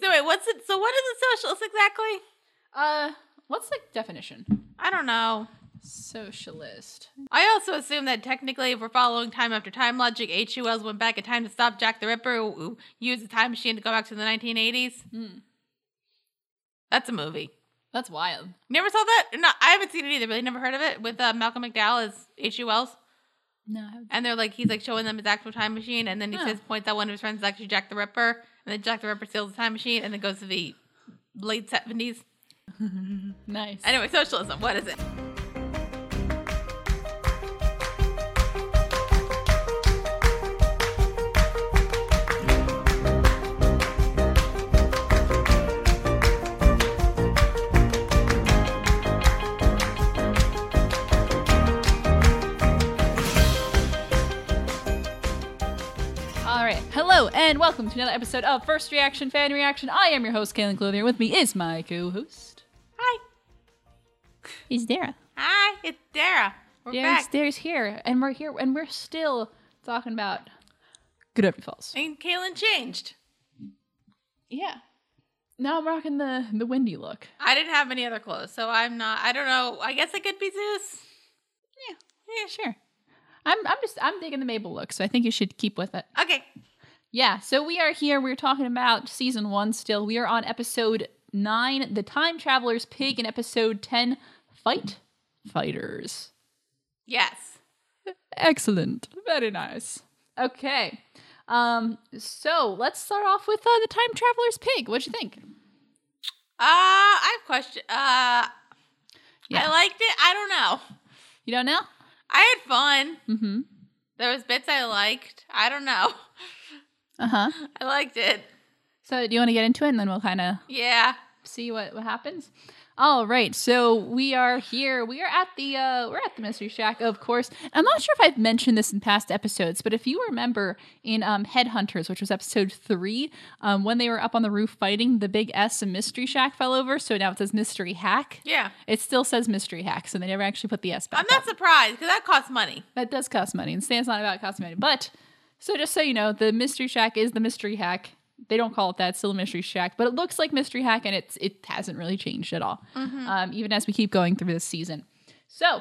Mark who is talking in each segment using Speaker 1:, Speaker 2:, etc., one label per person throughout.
Speaker 1: So wait, what's it? So what is a socialist exactly?
Speaker 2: Uh, what's the definition?
Speaker 1: I don't know.
Speaker 2: Socialist.
Speaker 1: I also assume that technically, if we're following time after time logic, HULs went back in time to stop Jack the Ripper, who, who used a time machine to go back to the 1980s.
Speaker 2: Hmm.
Speaker 1: That's a movie.
Speaker 2: That's wild.
Speaker 1: Never saw that? No, I haven't seen it either, but I never heard of it with uh, Malcolm McDowell as HULs.
Speaker 2: No, I haven't-
Speaker 1: And they're like, he's like showing them his actual time machine, and then he
Speaker 2: Huh.
Speaker 1: says, points out one of his friends is actually Jack the Ripper, and then Jack the Ripper steals the time machine, and then goes to the late 70s.
Speaker 2: nice.
Speaker 1: Anyway, socialism, what is it?
Speaker 2: All right. Hello and welcome to another episode of First Reaction Fan Reaction. I am your host, Kaylin Clothier. With me is my co-host.
Speaker 1: Hi.
Speaker 2: Is Dara.
Speaker 1: Hi, it's Dara. We're
Speaker 2: Dara's,
Speaker 1: back.
Speaker 2: Dara's here, and we're here, and we're still talking about Good Open Falls.
Speaker 1: and Kaylin changed.
Speaker 2: Yeah. Now I'm rocking the the windy look.
Speaker 1: I didn't have any other clothes, so I'm not. I don't know. I guess it could be Zeus.
Speaker 2: Yeah. Yeah. Sure. I'm I'm just I'm digging the Mabel look, so I think you should keep with it.
Speaker 1: Okay.
Speaker 2: Yeah, so we are here. We're talking about season one still. We are on episode nine, The Time Traveler's Pig, and episode 10, Fight Fighters.
Speaker 1: Yes.
Speaker 2: Excellent. Very nice. Okay. Um, so let's start off with uh, The Time Traveler's Pig. What'd you think?
Speaker 1: Uh, I have question. Uh,
Speaker 2: Yeah.
Speaker 1: I liked it. I don't know.
Speaker 2: You don't know?
Speaker 1: I had fun.
Speaker 2: Mm hmm.
Speaker 1: There was bits I liked. I don't know.
Speaker 2: Uh huh.
Speaker 1: I liked it.
Speaker 2: So do you want to get into it and then we'll kind of
Speaker 1: Yeah.
Speaker 2: see what, what happens. All right, so we are here. We are at the uh, we're at the Mystery Shack, of course. I'm not sure if I've mentioned this in past episodes, but if you remember in um, Headhunters, which was episode three, um, when they were up on the roof fighting, the big S and Mystery Shack fell over. So now it says Mystery Hack.
Speaker 1: Yeah.
Speaker 2: It still says Mystery Hack, so they never actually put the S back.
Speaker 1: I'm not
Speaker 2: up.
Speaker 1: surprised because that costs money.
Speaker 2: That does cost money, and Stan's not about cost money. But so just so you know, the Mystery Shack is the Mystery Hack. They don't call it that; it's still a Mystery Shack, but it looks like Mystery Hack, and it's it hasn't really changed at all, um, even as we keep going through this season. So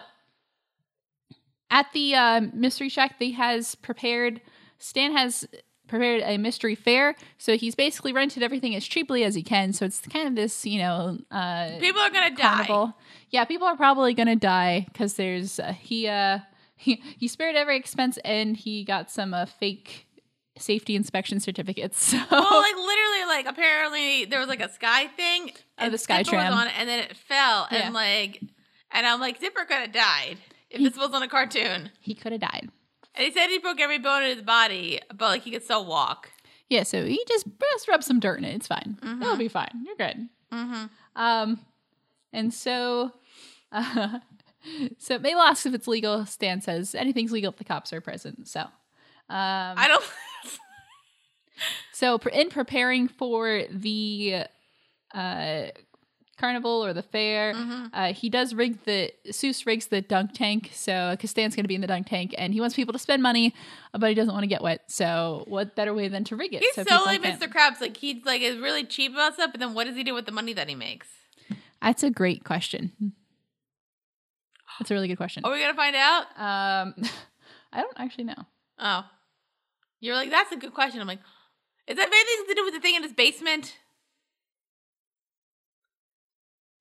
Speaker 2: at the um Mystery Shack, they has prepared. Stan has prepared a mystery fair, so he's basically rented everything as cheaply as he can. So it's kind of this, you know, uh,
Speaker 1: People are gonna die.
Speaker 2: carnival. Yeah, people are probably gonna die because there's uh, he uh he, he spared every expense and he got some uh, fake safety inspection certificates. So
Speaker 1: Well, like literally, like apparently there was like a sky thing,
Speaker 2: Oh, the sky
Speaker 1: Zipper was
Speaker 2: tram.
Speaker 1: on it, and then it fell,
Speaker 2: Yeah.
Speaker 1: and like, and I'm like, Zipper could have died if this was on a cartoon.
Speaker 2: he could have died.
Speaker 1: And he said he broke every bone in his body, but like he could still walk.
Speaker 2: Yeah, so he just just rub some dirt in it. It's fine. It'll be fine. You're good.
Speaker 1: Mm-hmm.
Speaker 2: Um, and so, uh, so Mabel asks if it's legal. Stan says anything's legal if the cops are present. So, um,
Speaker 1: I don't.
Speaker 2: So, pre- in preparing for the uh, carnival or the fair, uh, he does rig the Seuss rigs the dunk tank. So, because Stan's going to be in the dunk tank, and he wants people to spend money, but he doesn't want to get wet. So, what better way than to rig it?
Speaker 1: He's so,
Speaker 2: so people
Speaker 1: like
Speaker 2: can't-
Speaker 1: Mr. Krabs. Like he's like is really cheap about stuff, but then what does he do with the money that he makes?
Speaker 2: That's a great question. That's a really good question.
Speaker 1: Are we gonna find out?
Speaker 2: Um, I don't actually know.
Speaker 1: Oh, you're like that's a good question. I'm like, is that have anything to do with the thing in his basement?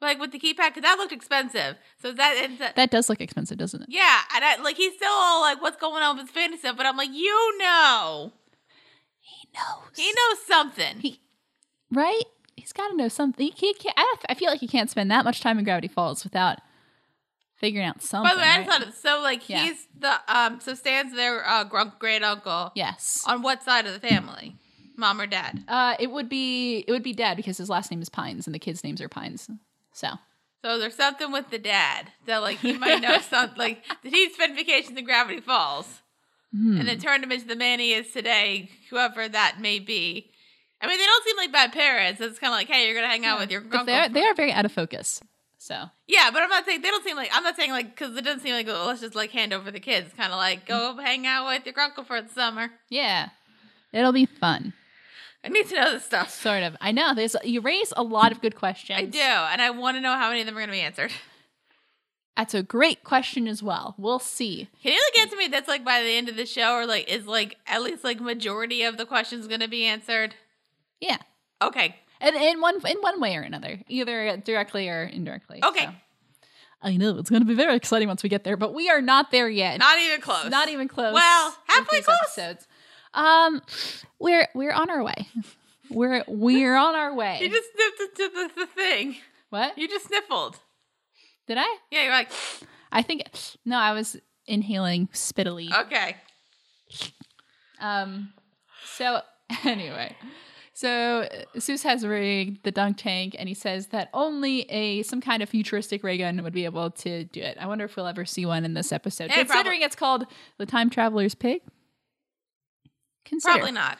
Speaker 1: Like with the keypad, because that looked expensive. So that ends up.
Speaker 2: That does look expensive, doesn't it?
Speaker 1: yeah, and I, like he's still all like, "What's going on with his fantasy stuff?" But I'm like, you know,
Speaker 2: He knows.
Speaker 1: he knows something.
Speaker 2: He- right? He's got to know something. He can't, can't- I, I feel like he can't spend that much time in Gravity Falls without figuring out something.
Speaker 1: By the way, I
Speaker 2: right?
Speaker 1: just thought it's so like
Speaker 2: Yeah.
Speaker 1: he's the um so Stan's their uh grunk great uncle.
Speaker 2: yes,
Speaker 1: On what side of the family? Mom or dad?
Speaker 2: uh, it would be it would be Dad because his last name is Pines and the kids' names are Pines. So
Speaker 1: So there's something with the dad that like he might know something like did he spend vacations in Gravity Falls? And it turned him into the man he is today, whoever that may be. I mean, they don't seem like bad parents. It's kind of like, hey, you're gonna hang out with your
Speaker 2: But
Speaker 1: grunk.
Speaker 2: they are they are very out of focus. So
Speaker 1: Yeah, but I'm not saying they don't seem like I'm not saying like because it doesn't seem like well, let's just like hand over the kids. Kind of like go hang out with your uncle for the summer.
Speaker 2: yeah, it'll be fun.
Speaker 1: I need to know this stuff.
Speaker 2: Sort of. I know. There's you raise a lot of good questions.
Speaker 1: I do, and I want to know how many of them are going to be answered.
Speaker 2: That's a great question as well. We'll see.
Speaker 1: Can you like answer me? That's like by the end of the show, or like is like at least like majority of the questions going to be answered?
Speaker 2: Yeah.
Speaker 1: Okay,
Speaker 2: And in one in one way or another, either directly or indirectly.
Speaker 1: okay,
Speaker 2: So, I know it's going to be very exciting once we get there, but we are not there yet.
Speaker 1: not even close.
Speaker 2: Not even close.
Speaker 1: Well,
Speaker 2: with
Speaker 1: halfway
Speaker 2: these
Speaker 1: close.
Speaker 2: Episodes. Um, we're we're on our way. We're we're on our way.
Speaker 1: You just sniffed into the, the thing.
Speaker 2: what
Speaker 1: You just sniffled.
Speaker 2: did I?
Speaker 1: Yeah, you're like
Speaker 2: I think no. I was inhaling spittily.
Speaker 1: okay.
Speaker 2: Um, so anyway, so uh, Seuss has rigged the dunk tank, and he says that only a some kind of futuristic ray gun would be able to do it. I wonder if we'll ever see one in this episode,
Speaker 1: Hey,
Speaker 2: considering
Speaker 1: Eh, probably-
Speaker 2: it's called the Time Traveler's Pig. Consider.
Speaker 1: Probably not.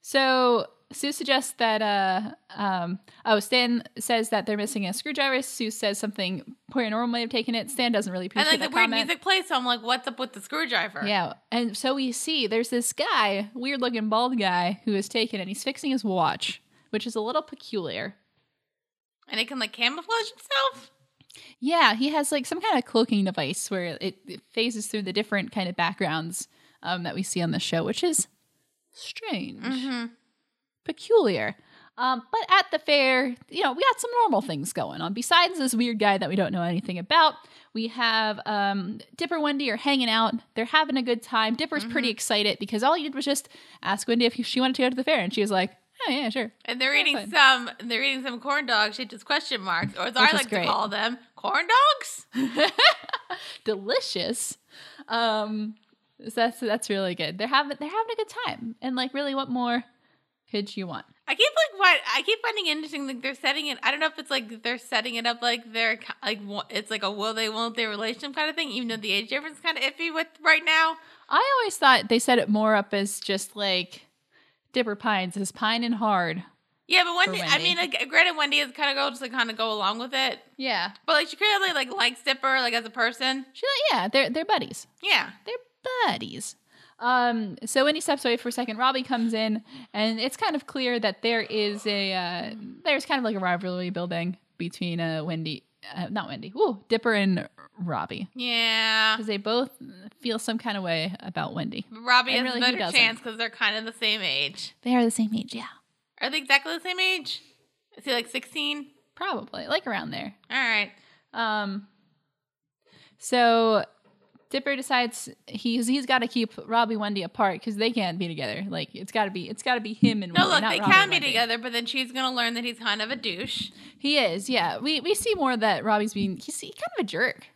Speaker 2: So Sue suggests that uh um oh Stan says that they're missing a screwdriver. Sue says something paranormal may have taken it. Stan doesn't really
Speaker 1: And
Speaker 2: appreciate
Speaker 1: like the
Speaker 2: that
Speaker 1: weird
Speaker 2: comment.
Speaker 1: music plays, so I'm like, what's up with the screwdriver?
Speaker 2: Yeah. And so we see there's this guy, weird looking bald guy, who is taken and he's fixing his watch, which is a little peculiar.
Speaker 1: And it can like camouflage itself.
Speaker 2: Yeah, he has like some kind of cloaking device where it, it phases through the different kind of backgrounds um, that we see on the show, which is strange, peculiar. Um, but at the fair, you know, we got some normal things going on. Besides this weird guy that we don't know anything about, we have um, Dipper Wendy are hanging out. They're having a good time. Dipper's pretty excited because all he did was just ask Wendy if she wanted to go to the fair, and she was like, "Oh yeah, sure."
Speaker 1: And they're eating
Speaker 2: fine.
Speaker 1: some. And they're eating some corn dogs shaped as question marks, or as I
Speaker 2: is
Speaker 1: like
Speaker 2: great.
Speaker 1: to call them, corn dogs.
Speaker 2: delicious. Um, so that's that's really good. They're having they're having a good time, and like, really, what more could you want?
Speaker 1: I keep like what I keep finding interesting. Like they're setting it. I don't know if it's like they're setting it up like they're ki- like wa- it's like a will they won't they relationship kind of thing. Even though the age difference is kind of iffy with right now.
Speaker 2: I always thought they set it more up as just like Dipper Pines is pine and hard.
Speaker 1: Yeah, but Wendy. I
Speaker 2: Wendy.
Speaker 1: mean, like granted, Wendy is kind of go just like kind of go along with it.
Speaker 2: Yeah,
Speaker 1: But like she clearly like likes Dipper like as a person.
Speaker 2: she like yeah, they're they're buddies.
Speaker 1: Yeah.
Speaker 2: They're buddies. Um, so when he steps away for a second, Robbie comes in, and it's kind of clear that there is a uh, there's kind of like a rivalry building between uh, Wendy, uh, not Wendy, ooh, Dipper and Robbie.
Speaker 1: Yeah.
Speaker 2: because they both feel some kind of way about Wendy.
Speaker 1: Robbie
Speaker 2: And
Speaker 1: has
Speaker 2: really,
Speaker 1: a
Speaker 2: who
Speaker 1: better
Speaker 2: doesn't?
Speaker 1: chance because they're kind of the same age.
Speaker 2: They are the same age, yeah,
Speaker 1: Are they exactly the same age? Is he like 16?
Speaker 2: probably like around there.
Speaker 1: All right.
Speaker 2: Um, so Dipper decides he's he's got to keep Robbie Wendy apart because they can't be together. Like it's got to be it's got to be him and
Speaker 1: No,
Speaker 2: Wendy,
Speaker 1: look,
Speaker 2: not
Speaker 1: they
Speaker 2: Robbie
Speaker 1: can
Speaker 2: and
Speaker 1: be
Speaker 2: Wendy.
Speaker 1: together, but then she's going to learn that he's kind of a douche.
Speaker 2: He is, yeah. We we see more that Robbie's being he's he kind of a jerk.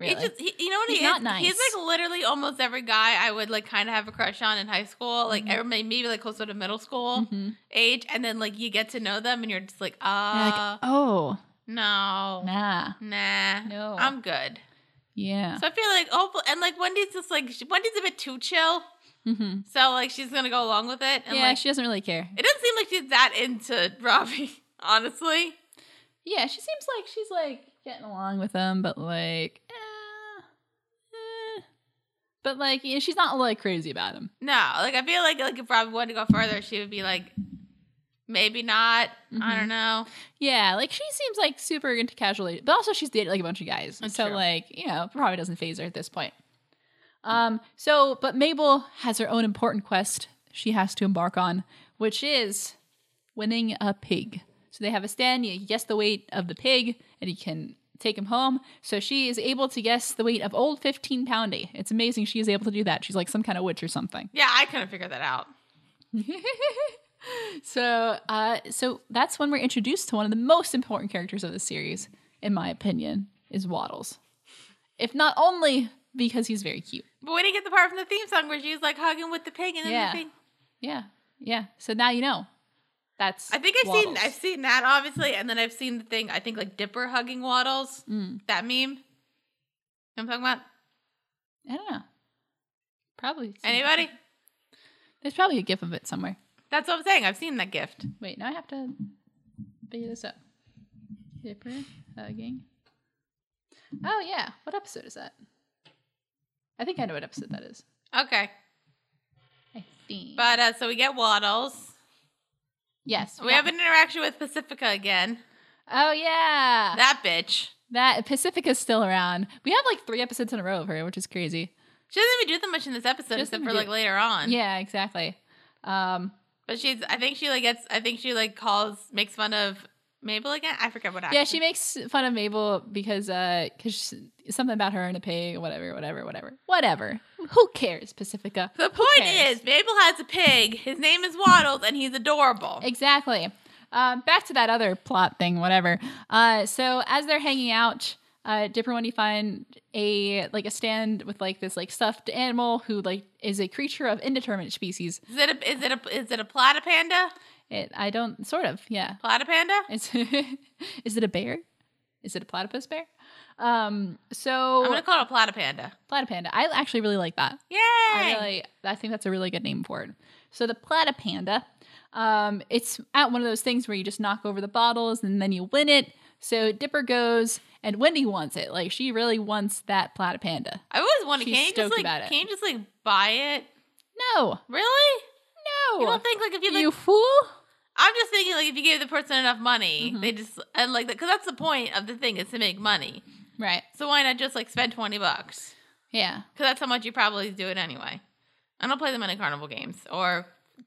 Speaker 2: Really,
Speaker 1: He just, he, you know what
Speaker 2: He's
Speaker 1: he
Speaker 2: not
Speaker 1: is?
Speaker 2: nice.
Speaker 1: He's like literally almost every guy I would like kind of have a crush on in high school, like
Speaker 2: Mm-hmm.
Speaker 1: or may- maybe like closer to middle school
Speaker 2: Mhm.
Speaker 1: age, and then like you get to know them and you're just like,
Speaker 2: You're
Speaker 1: uh,
Speaker 2: like, oh,
Speaker 1: no,
Speaker 2: nah,
Speaker 1: nah,
Speaker 2: No.
Speaker 1: I'm good.
Speaker 2: yeah,
Speaker 1: So I feel like hopefully, and like Wendy's just like she- Wendy's a bit too chill,
Speaker 2: hmm
Speaker 1: so like she's gonna go along with it. And
Speaker 2: yeah.
Speaker 1: like,
Speaker 2: she doesn't really care.
Speaker 1: It doesn't seem like she's that into Robbie, honestly.
Speaker 2: Yeah, she seems like she's like getting along with him, but like, eh, eh. but like, yeah, she's not like crazy about him.
Speaker 1: No, like I feel like like if Robbie wanted to go further, she would be like, maybe not. I
Speaker 2: Mm-hmm.
Speaker 1: don't know.
Speaker 2: Yeah, like she seems like super into casual, but also she's dated like a bunch of guys,
Speaker 1: That's
Speaker 2: so
Speaker 1: true.
Speaker 2: like you know probably doesn't phase her at this point. Um, so but Mabel has her own important quest she has to embark on, which is winning a pig. So they have a stand. You guess the weight of the pig, and you can take him home. So she is able to guess the weight of old fifteen poundy. It's amazing she is able to do that. She's like some kind of witch or something.
Speaker 1: Yeah, I couldn't figure that out.
Speaker 2: so uh so that's when we're introduced to one of the most important characters of the series in my opinion is waddles if not only because he's very cute
Speaker 1: But we didn't get the part from the theme song where she was like hugging with the pig and
Speaker 2: Yeah.
Speaker 1: everything.
Speaker 2: yeah yeah so now you know that's
Speaker 1: I think I've
Speaker 2: Waddles.
Speaker 1: seen I've seen that obviously, and then I've seen the thing I think like Dipper hugging Waddles.
Speaker 2: Mm.
Speaker 1: That meme. You know what I'm talking about?
Speaker 2: i don't know probably seen it.
Speaker 1: Anybody?
Speaker 2: there's probably a gif of it somewhere
Speaker 1: That's what I'm saying. I've seen that gift.
Speaker 2: wait now i have to figure this up Dipper hugging oh yeah what episode is that i think i know what episode that is
Speaker 1: Okay.
Speaker 2: i think
Speaker 1: But uh, so we get Waddles.
Speaker 2: Yes.
Speaker 1: We have an interaction with Pacifica again.
Speaker 2: Oh yeah. That,
Speaker 1: That bitch.
Speaker 2: Pacifica's still around. We have like three episodes in a row of her, which is crazy.
Speaker 1: She doesn't even do that much in this episode
Speaker 2: She
Speaker 1: except
Speaker 2: doesn't
Speaker 1: for
Speaker 2: do-
Speaker 1: like later on.
Speaker 2: Yeah, exactly. Um,
Speaker 1: But she's I think she like gets I think she like calls makes fun of Mabel again. I forget what happened.
Speaker 2: yeah, she makes fun of Mabel because uh, cause she- something about her and a pig, whatever, whatever, whatever, whatever. Who cares, Pacifica?
Speaker 1: The point
Speaker 2: cares?
Speaker 1: is Mabel has a pig. His name is Waddles and he's adorable.
Speaker 2: Exactly. Um, back to that other plot thing, whatever. Uh, so as they're hanging out, uh, Dipper when you find a like a stand with like this like stuffed animal who like is a creature of indeterminate species.
Speaker 1: Is it a is it a is it a platypanda?
Speaker 2: It I don't sort of yeah.
Speaker 1: Platypanda?
Speaker 2: It's is it a bear? Is it a platypus bear? Um, so
Speaker 1: I'm gonna call it a platypanda.
Speaker 2: platypanda. I actually really like that.
Speaker 1: Yay!
Speaker 2: I really, I think that's a really good name for it. So the platypanda, um, it's at one of those things where you just knock over the bottles and then you win it. So Dipper goes, and Wendy wants it. Like she really wants that platypanda.
Speaker 1: I always wondered,
Speaker 2: She's
Speaker 1: can you just
Speaker 2: stoked
Speaker 1: like
Speaker 2: about it.
Speaker 1: can you just like buy it?
Speaker 2: No,
Speaker 1: Really?
Speaker 2: no,
Speaker 1: You don't think like if you like
Speaker 2: You fool.
Speaker 1: I'm just thinking like if you gave the person enough money,
Speaker 2: Mm-hmm.
Speaker 1: they just and like because that's the point of the thing is to make money.
Speaker 2: Right?
Speaker 1: So why not just like spend twenty bucks?
Speaker 2: Yeah.
Speaker 1: Because that's how much you probably do it anyway. I don't play them in carnival games or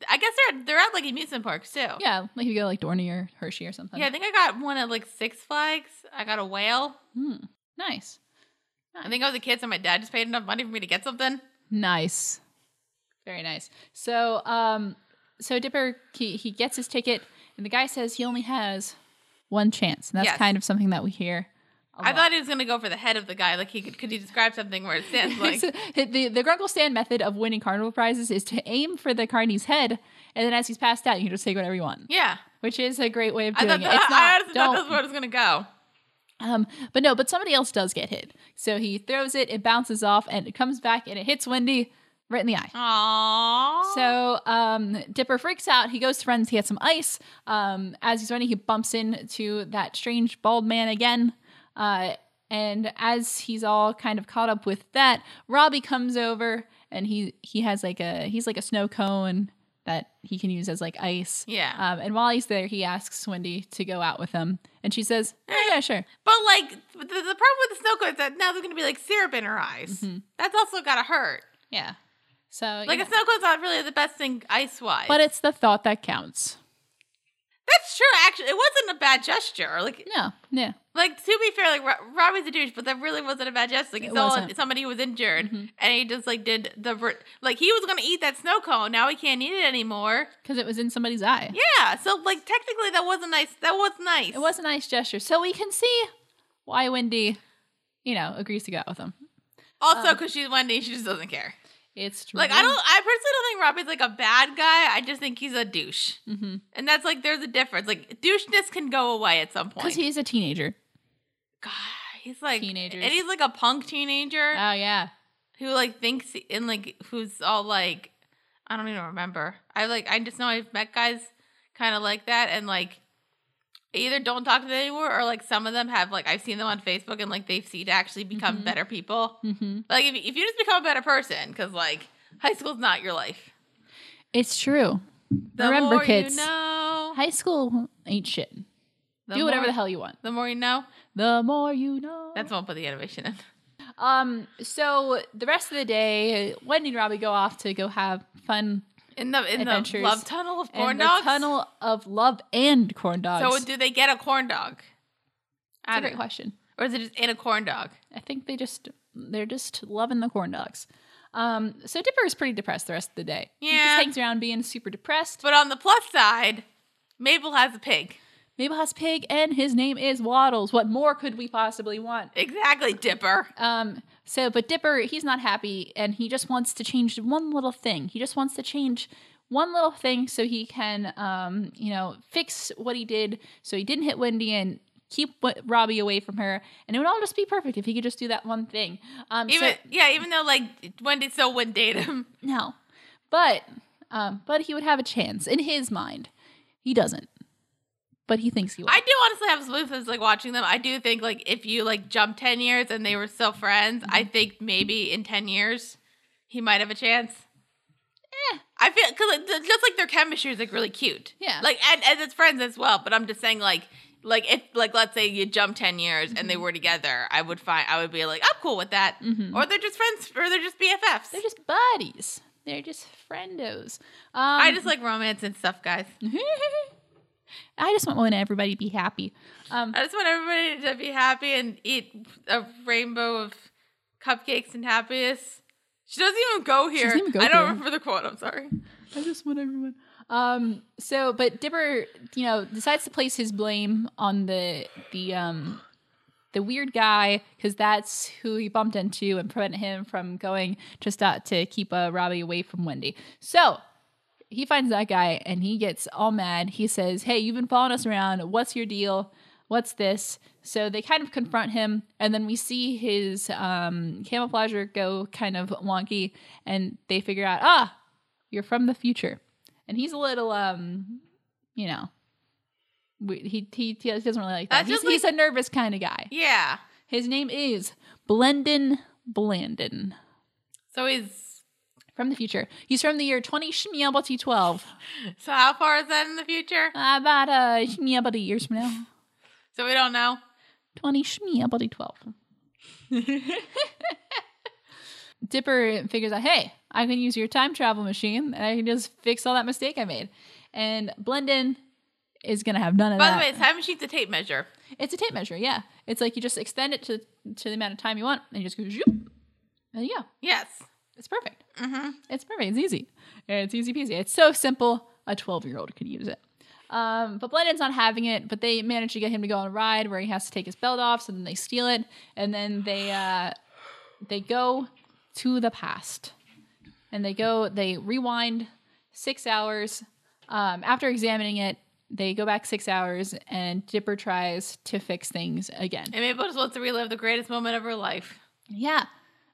Speaker 1: I guess they're they're at like amusement parks too. Yeah,
Speaker 2: Yeah, like if you go like Dorney or Hershey or something.
Speaker 1: I think I got one at like Six Flags. I got a whale.
Speaker 2: Hmm. Nice,
Speaker 1: I think I was a kid, so my dad just paid enough money for me to get something.
Speaker 2: Oh, nice, very nice. So, um, so Dipper he he gets his ticket, and the guy says he only has one chance, and that's
Speaker 1: Yes.
Speaker 2: kind of something that we hear. a
Speaker 1: I
Speaker 2: lot.
Speaker 1: thought he was gonna go for the head of the guy. Like he could could he describe something where it stands like
Speaker 2: So, the the Grunkle Stand method of winning carnival prizes is to aim for the carney's head, and then as he's passed out, you can just take whatever you want,
Speaker 1: yeah.
Speaker 2: which is a great way of
Speaker 1: I thought
Speaker 2: doing it.
Speaker 1: that,
Speaker 2: It's
Speaker 1: I
Speaker 2: not,
Speaker 1: honestly thought that's
Speaker 2: don't,
Speaker 1: where it was gonna go.
Speaker 2: um, but no, but somebody else does get hit. So he throws it, it bounces off, and it comes back, and it hits Wendy right in the eye.
Speaker 1: Aww.
Speaker 2: So um, Dipper freaks out. He goes to runs. He has some ice. Um, as he's running, he bumps into that strange bald man again. Uh, and as he's all kind of caught up with that, Robbie comes over and he he has like a he's like a snow cone that he can use as like ice.
Speaker 1: yeah.
Speaker 2: Um, and while he's there, he asks Wendy to go out with him, and she says, "Oh, "Yeah, sure."
Speaker 1: But like the, the problem with the snow cone is that now there's gonna be like syrup in her eyes. That's also gotta hurt.
Speaker 2: Yeah. So
Speaker 1: Like
Speaker 2: Mm-hmm. yeah.
Speaker 1: a snow cone's not really the best thing ice wise.
Speaker 2: but it's the thought that counts.
Speaker 1: that's true. Actually, it wasn't a bad gesture. Like
Speaker 2: No, yeah,
Speaker 1: like to be fair, like Ro- Robbie's a douche, but that really wasn't a bad gesture. Like he
Speaker 2: It
Speaker 1: saw
Speaker 2: wasn't. Mm-hmm.
Speaker 1: somebody who was injured, and he just like did the ver- like he was gonna eat that snow cone. Now he can't eat it anymore.
Speaker 2: because it was in somebody's eye.
Speaker 1: Yeah. So like technically, that wasn't nice. That was nice.
Speaker 2: It was a nice gesture. So we can see why Wendy, you know, agrees to go out with him.
Speaker 1: also
Speaker 2: um,
Speaker 1: because she's Wendy. She just doesn't care.
Speaker 2: Mm-hmm. It's true.
Speaker 1: Like I don't, I personally don't think Robbie's like a bad guy. I just think he's a douche,
Speaker 2: Mhm.
Speaker 1: and that's like there's a difference. Like doucheness can go away at some point.
Speaker 2: Because he's a teenager.
Speaker 1: God, he's like
Speaker 2: Teenagers.
Speaker 1: and he's like a punk teenager
Speaker 2: Oh, yeah.
Speaker 1: who like thinks and like who's all like, I don't even remember. I like I just know I've met guys kind of like that, and like either don't talk to them anymore or like some of them have like I've seen them on Facebook and like they've seen to actually become
Speaker 2: Mhm.
Speaker 1: better people.
Speaker 2: hmm
Speaker 1: Like if if you just become a better person, because like high school's not your life.
Speaker 2: It's true.
Speaker 1: The
Speaker 2: Remember,
Speaker 1: more
Speaker 2: kids,
Speaker 1: you know,
Speaker 2: high school ain't shit.
Speaker 1: the
Speaker 2: Do whatever
Speaker 1: more,
Speaker 2: the hell you want.
Speaker 1: The more you know.
Speaker 2: The more you know.
Speaker 1: That's what I'll put the animation in.
Speaker 2: um. So the rest of the day, Wendy and Robbie go off to go have fun
Speaker 1: In the in
Speaker 2: Adventures.
Speaker 1: the love tunnel of corn
Speaker 2: in
Speaker 1: dogs.
Speaker 2: the tunnel of love and corn dogs.
Speaker 1: So do they get a corn dog?
Speaker 2: That's
Speaker 1: I
Speaker 2: a great
Speaker 1: don't,
Speaker 2: question.
Speaker 1: or is it just in a corn dog?
Speaker 2: I think they just they're just loving the corn dogs. Um, so Dipper is pretty depressed the rest of the day. he
Speaker 1: Yeah.
Speaker 2: just hangs around being super depressed.
Speaker 1: But on the plus side, Mabel has a pig.
Speaker 2: Mabel has pig, and his name is Waddles. What more could we possibly want?
Speaker 1: Exactly, Dipper.
Speaker 2: Um, so, but Dipper, he's not happy, and he just wants to change one little thing. He just wants to change one little thing so he can, um, you know, fix what he did, so he didn't hit Wendy and keep Wa- Robbie away from her, and it would all just be perfect if he could just do that one thing. Um, so-
Speaker 1: Even yeah, even though like Wendy so wouldn't date him.
Speaker 2: No, but um, but he would have a chance in his mind. He doesn't, but he thinks he will.
Speaker 1: I do honestly have some beliefs like watching them. I do think like if you like jump ten years and they were still friends, I think maybe in ten years he might have a chance. I feel cause it- just like their chemistry is like really cute.
Speaker 2: Yeah.
Speaker 1: Like and as it's friends as well, but I'm just saying like like if like let's say you jump ten years and they were together, I would find I would be like I'm cool with that. Or they're just friends, or they're just BFFs.
Speaker 2: They're just buddies. They're just friendos. Um,
Speaker 1: I just like romance and stuff, guys.
Speaker 2: I just want everybody to be happy. Um,
Speaker 1: I just want everybody to be happy and eat a rainbow of cupcakes and happiness. She doesn't even go here.
Speaker 2: doesn't even go
Speaker 1: I don't
Speaker 2: here.
Speaker 1: remember the quote. I'm sorry.
Speaker 2: I just want everyone. Um, so, but Dipper, you know, decides to place his blame on the the um the weird guy because that's who he bumped into and prevented him from going just out to keep uh, Robbie away from Wendy. So he finds that guy and he gets all mad. He says, "Hey, you've been following us around. What's your deal? What's this?" So they kind of confront him, and then we see his um, camouflager go kind of wonky, and they figure out, "Ah, you're from the future," and he's a little, um, you know, we, he, he he doesn't really like that.
Speaker 1: That's
Speaker 2: He's,
Speaker 1: just
Speaker 2: he's a nervous kind of guy.
Speaker 1: Yeah.
Speaker 2: His name is Blendon Blandon
Speaker 1: So he's.
Speaker 2: from the future. He's from the year 20 shmiabati 12.
Speaker 1: So how far is that in the future?
Speaker 2: About uh, shmiabati years from now.
Speaker 1: So we don't know.
Speaker 2: 20 shmiabati 12. Dipper figures out, hey, I can use your time travel machine and I can just fix all that mistake I made. And Blendon is going to have none of
Speaker 1: By
Speaker 2: that.
Speaker 1: the way, time machine's a tape measure.
Speaker 2: It's a tape measure, yeah. It's like you just extend it to, to the amount of time you want and you just go, zoop, and there you go.
Speaker 1: Yes.
Speaker 2: It's perfect. It's perfect. It's easy. It's easy peasy. It's so simple. A 12 year old could use it. Um, but Blenden's not having it, but they manage to get him to go on a ride where he has to take his belt off, so then they steal it, and then they uh, they go to the past. And they go, they rewind six hours. Um, after examining it, they go back six hours, and Dipper tries to fix things again.
Speaker 1: And Mabel just wants to relive the greatest moment of her life.
Speaker 2: Yeah.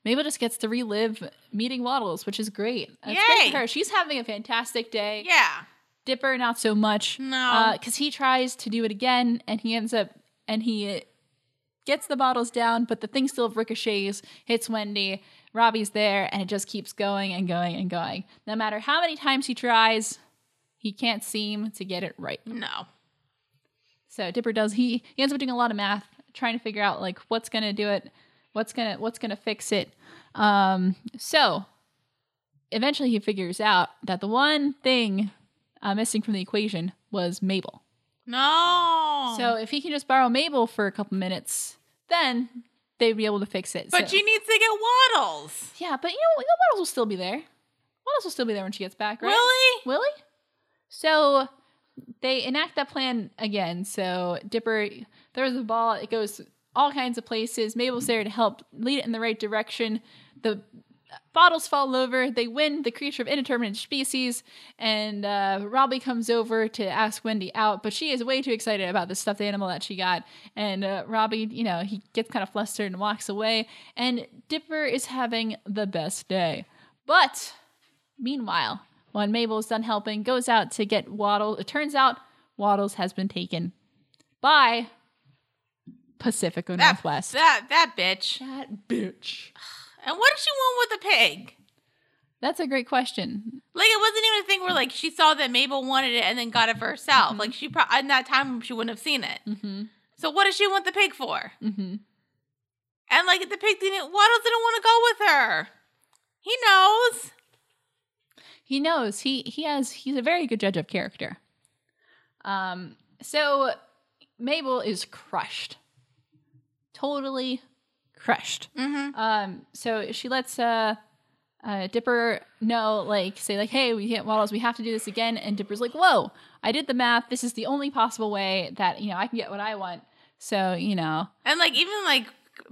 Speaker 2: Mabel just gets to relive meeting Waddles, which is great. That's
Speaker 1: Yay.
Speaker 2: great for her. She's having a fantastic day.
Speaker 1: Yeah.
Speaker 2: Dipper, not so much.
Speaker 1: No.
Speaker 2: Because he tries to do it again and he ends up, and he uh, gets the bottles down, but the thing still ricochets, hits Wendy. Robbie's there, and it just keeps going and going and going. No matter how many times he tries, he can't seem to get it right.
Speaker 1: No.
Speaker 2: So Dipper does he he ends up doing a lot of math, trying to figure out like what's gonna do it, what's gonna what's gonna fix it. Um, so eventually he figures out that the one thing uh, missing from the equation was Mabel.
Speaker 1: No.
Speaker 2: So if he can just borrow Mabel for a couple minutes, then they'd be able to fix it.
Speaker 1: But
Speaker 2: So-
Speaker 1: she needs to get waddles.
Speaker 2: yeah, but you know what? Waddles will still be there. Waddles will still be there when she gets back, right?
Speaker 1: Really?
Speaker 2: Willie? So they enact that plan again. So Dipper throws the ball, it goes all kinds of places. Mabel's there to help lead it in the right direction. The bottles fall over. They win the creature of indeterminate species. And uh, Robbie comes over to ask Wendy out, but she is way too excited about the stuffed animal that she got. And uh, Robbie, you know, he gets kind of flustered and walks away. And Dipper is having the best day. But Meanwhile, when Mabel's done helping, goes out to get Waddles. It turns out Waddles has been taken by Pacifico
Speaker 1: That,
Speaker 2: Northwest.
Speaker 1: That that bitch.
Speaker 2: That bitch.
Speaker 1: And what does she want with the pig?
Speaker 2: That's a great question.
Speaker 1: Like it wasn't even a thing where like she saw that Mabel wanted it and then got it for herself. Like she pro- in that time she wouldn't have seen it.
Speaker 2: Mm-hmm.
Speaker 1: So what does she want the pig for?
Speaker 2: Mm-hmm.
Speaker 1: And like the pig didn't Waddles didn't want to go with her. He knows.
Speaker 2: He knows. He he has. He's a very good judge of character. Um. So Mabel is crushed. Totally crushed.
Speaker 1: Mm-hmm.
Speaker 2: Um, so she lets uh, uh, Dipper know, like, say, like, hey, we hit Waddles, we have to do this again. And Dipper's like, whoa, I did the math. This is the only possible way that, you know, I can get what I want. So, you know,
Speaker 1: And like even like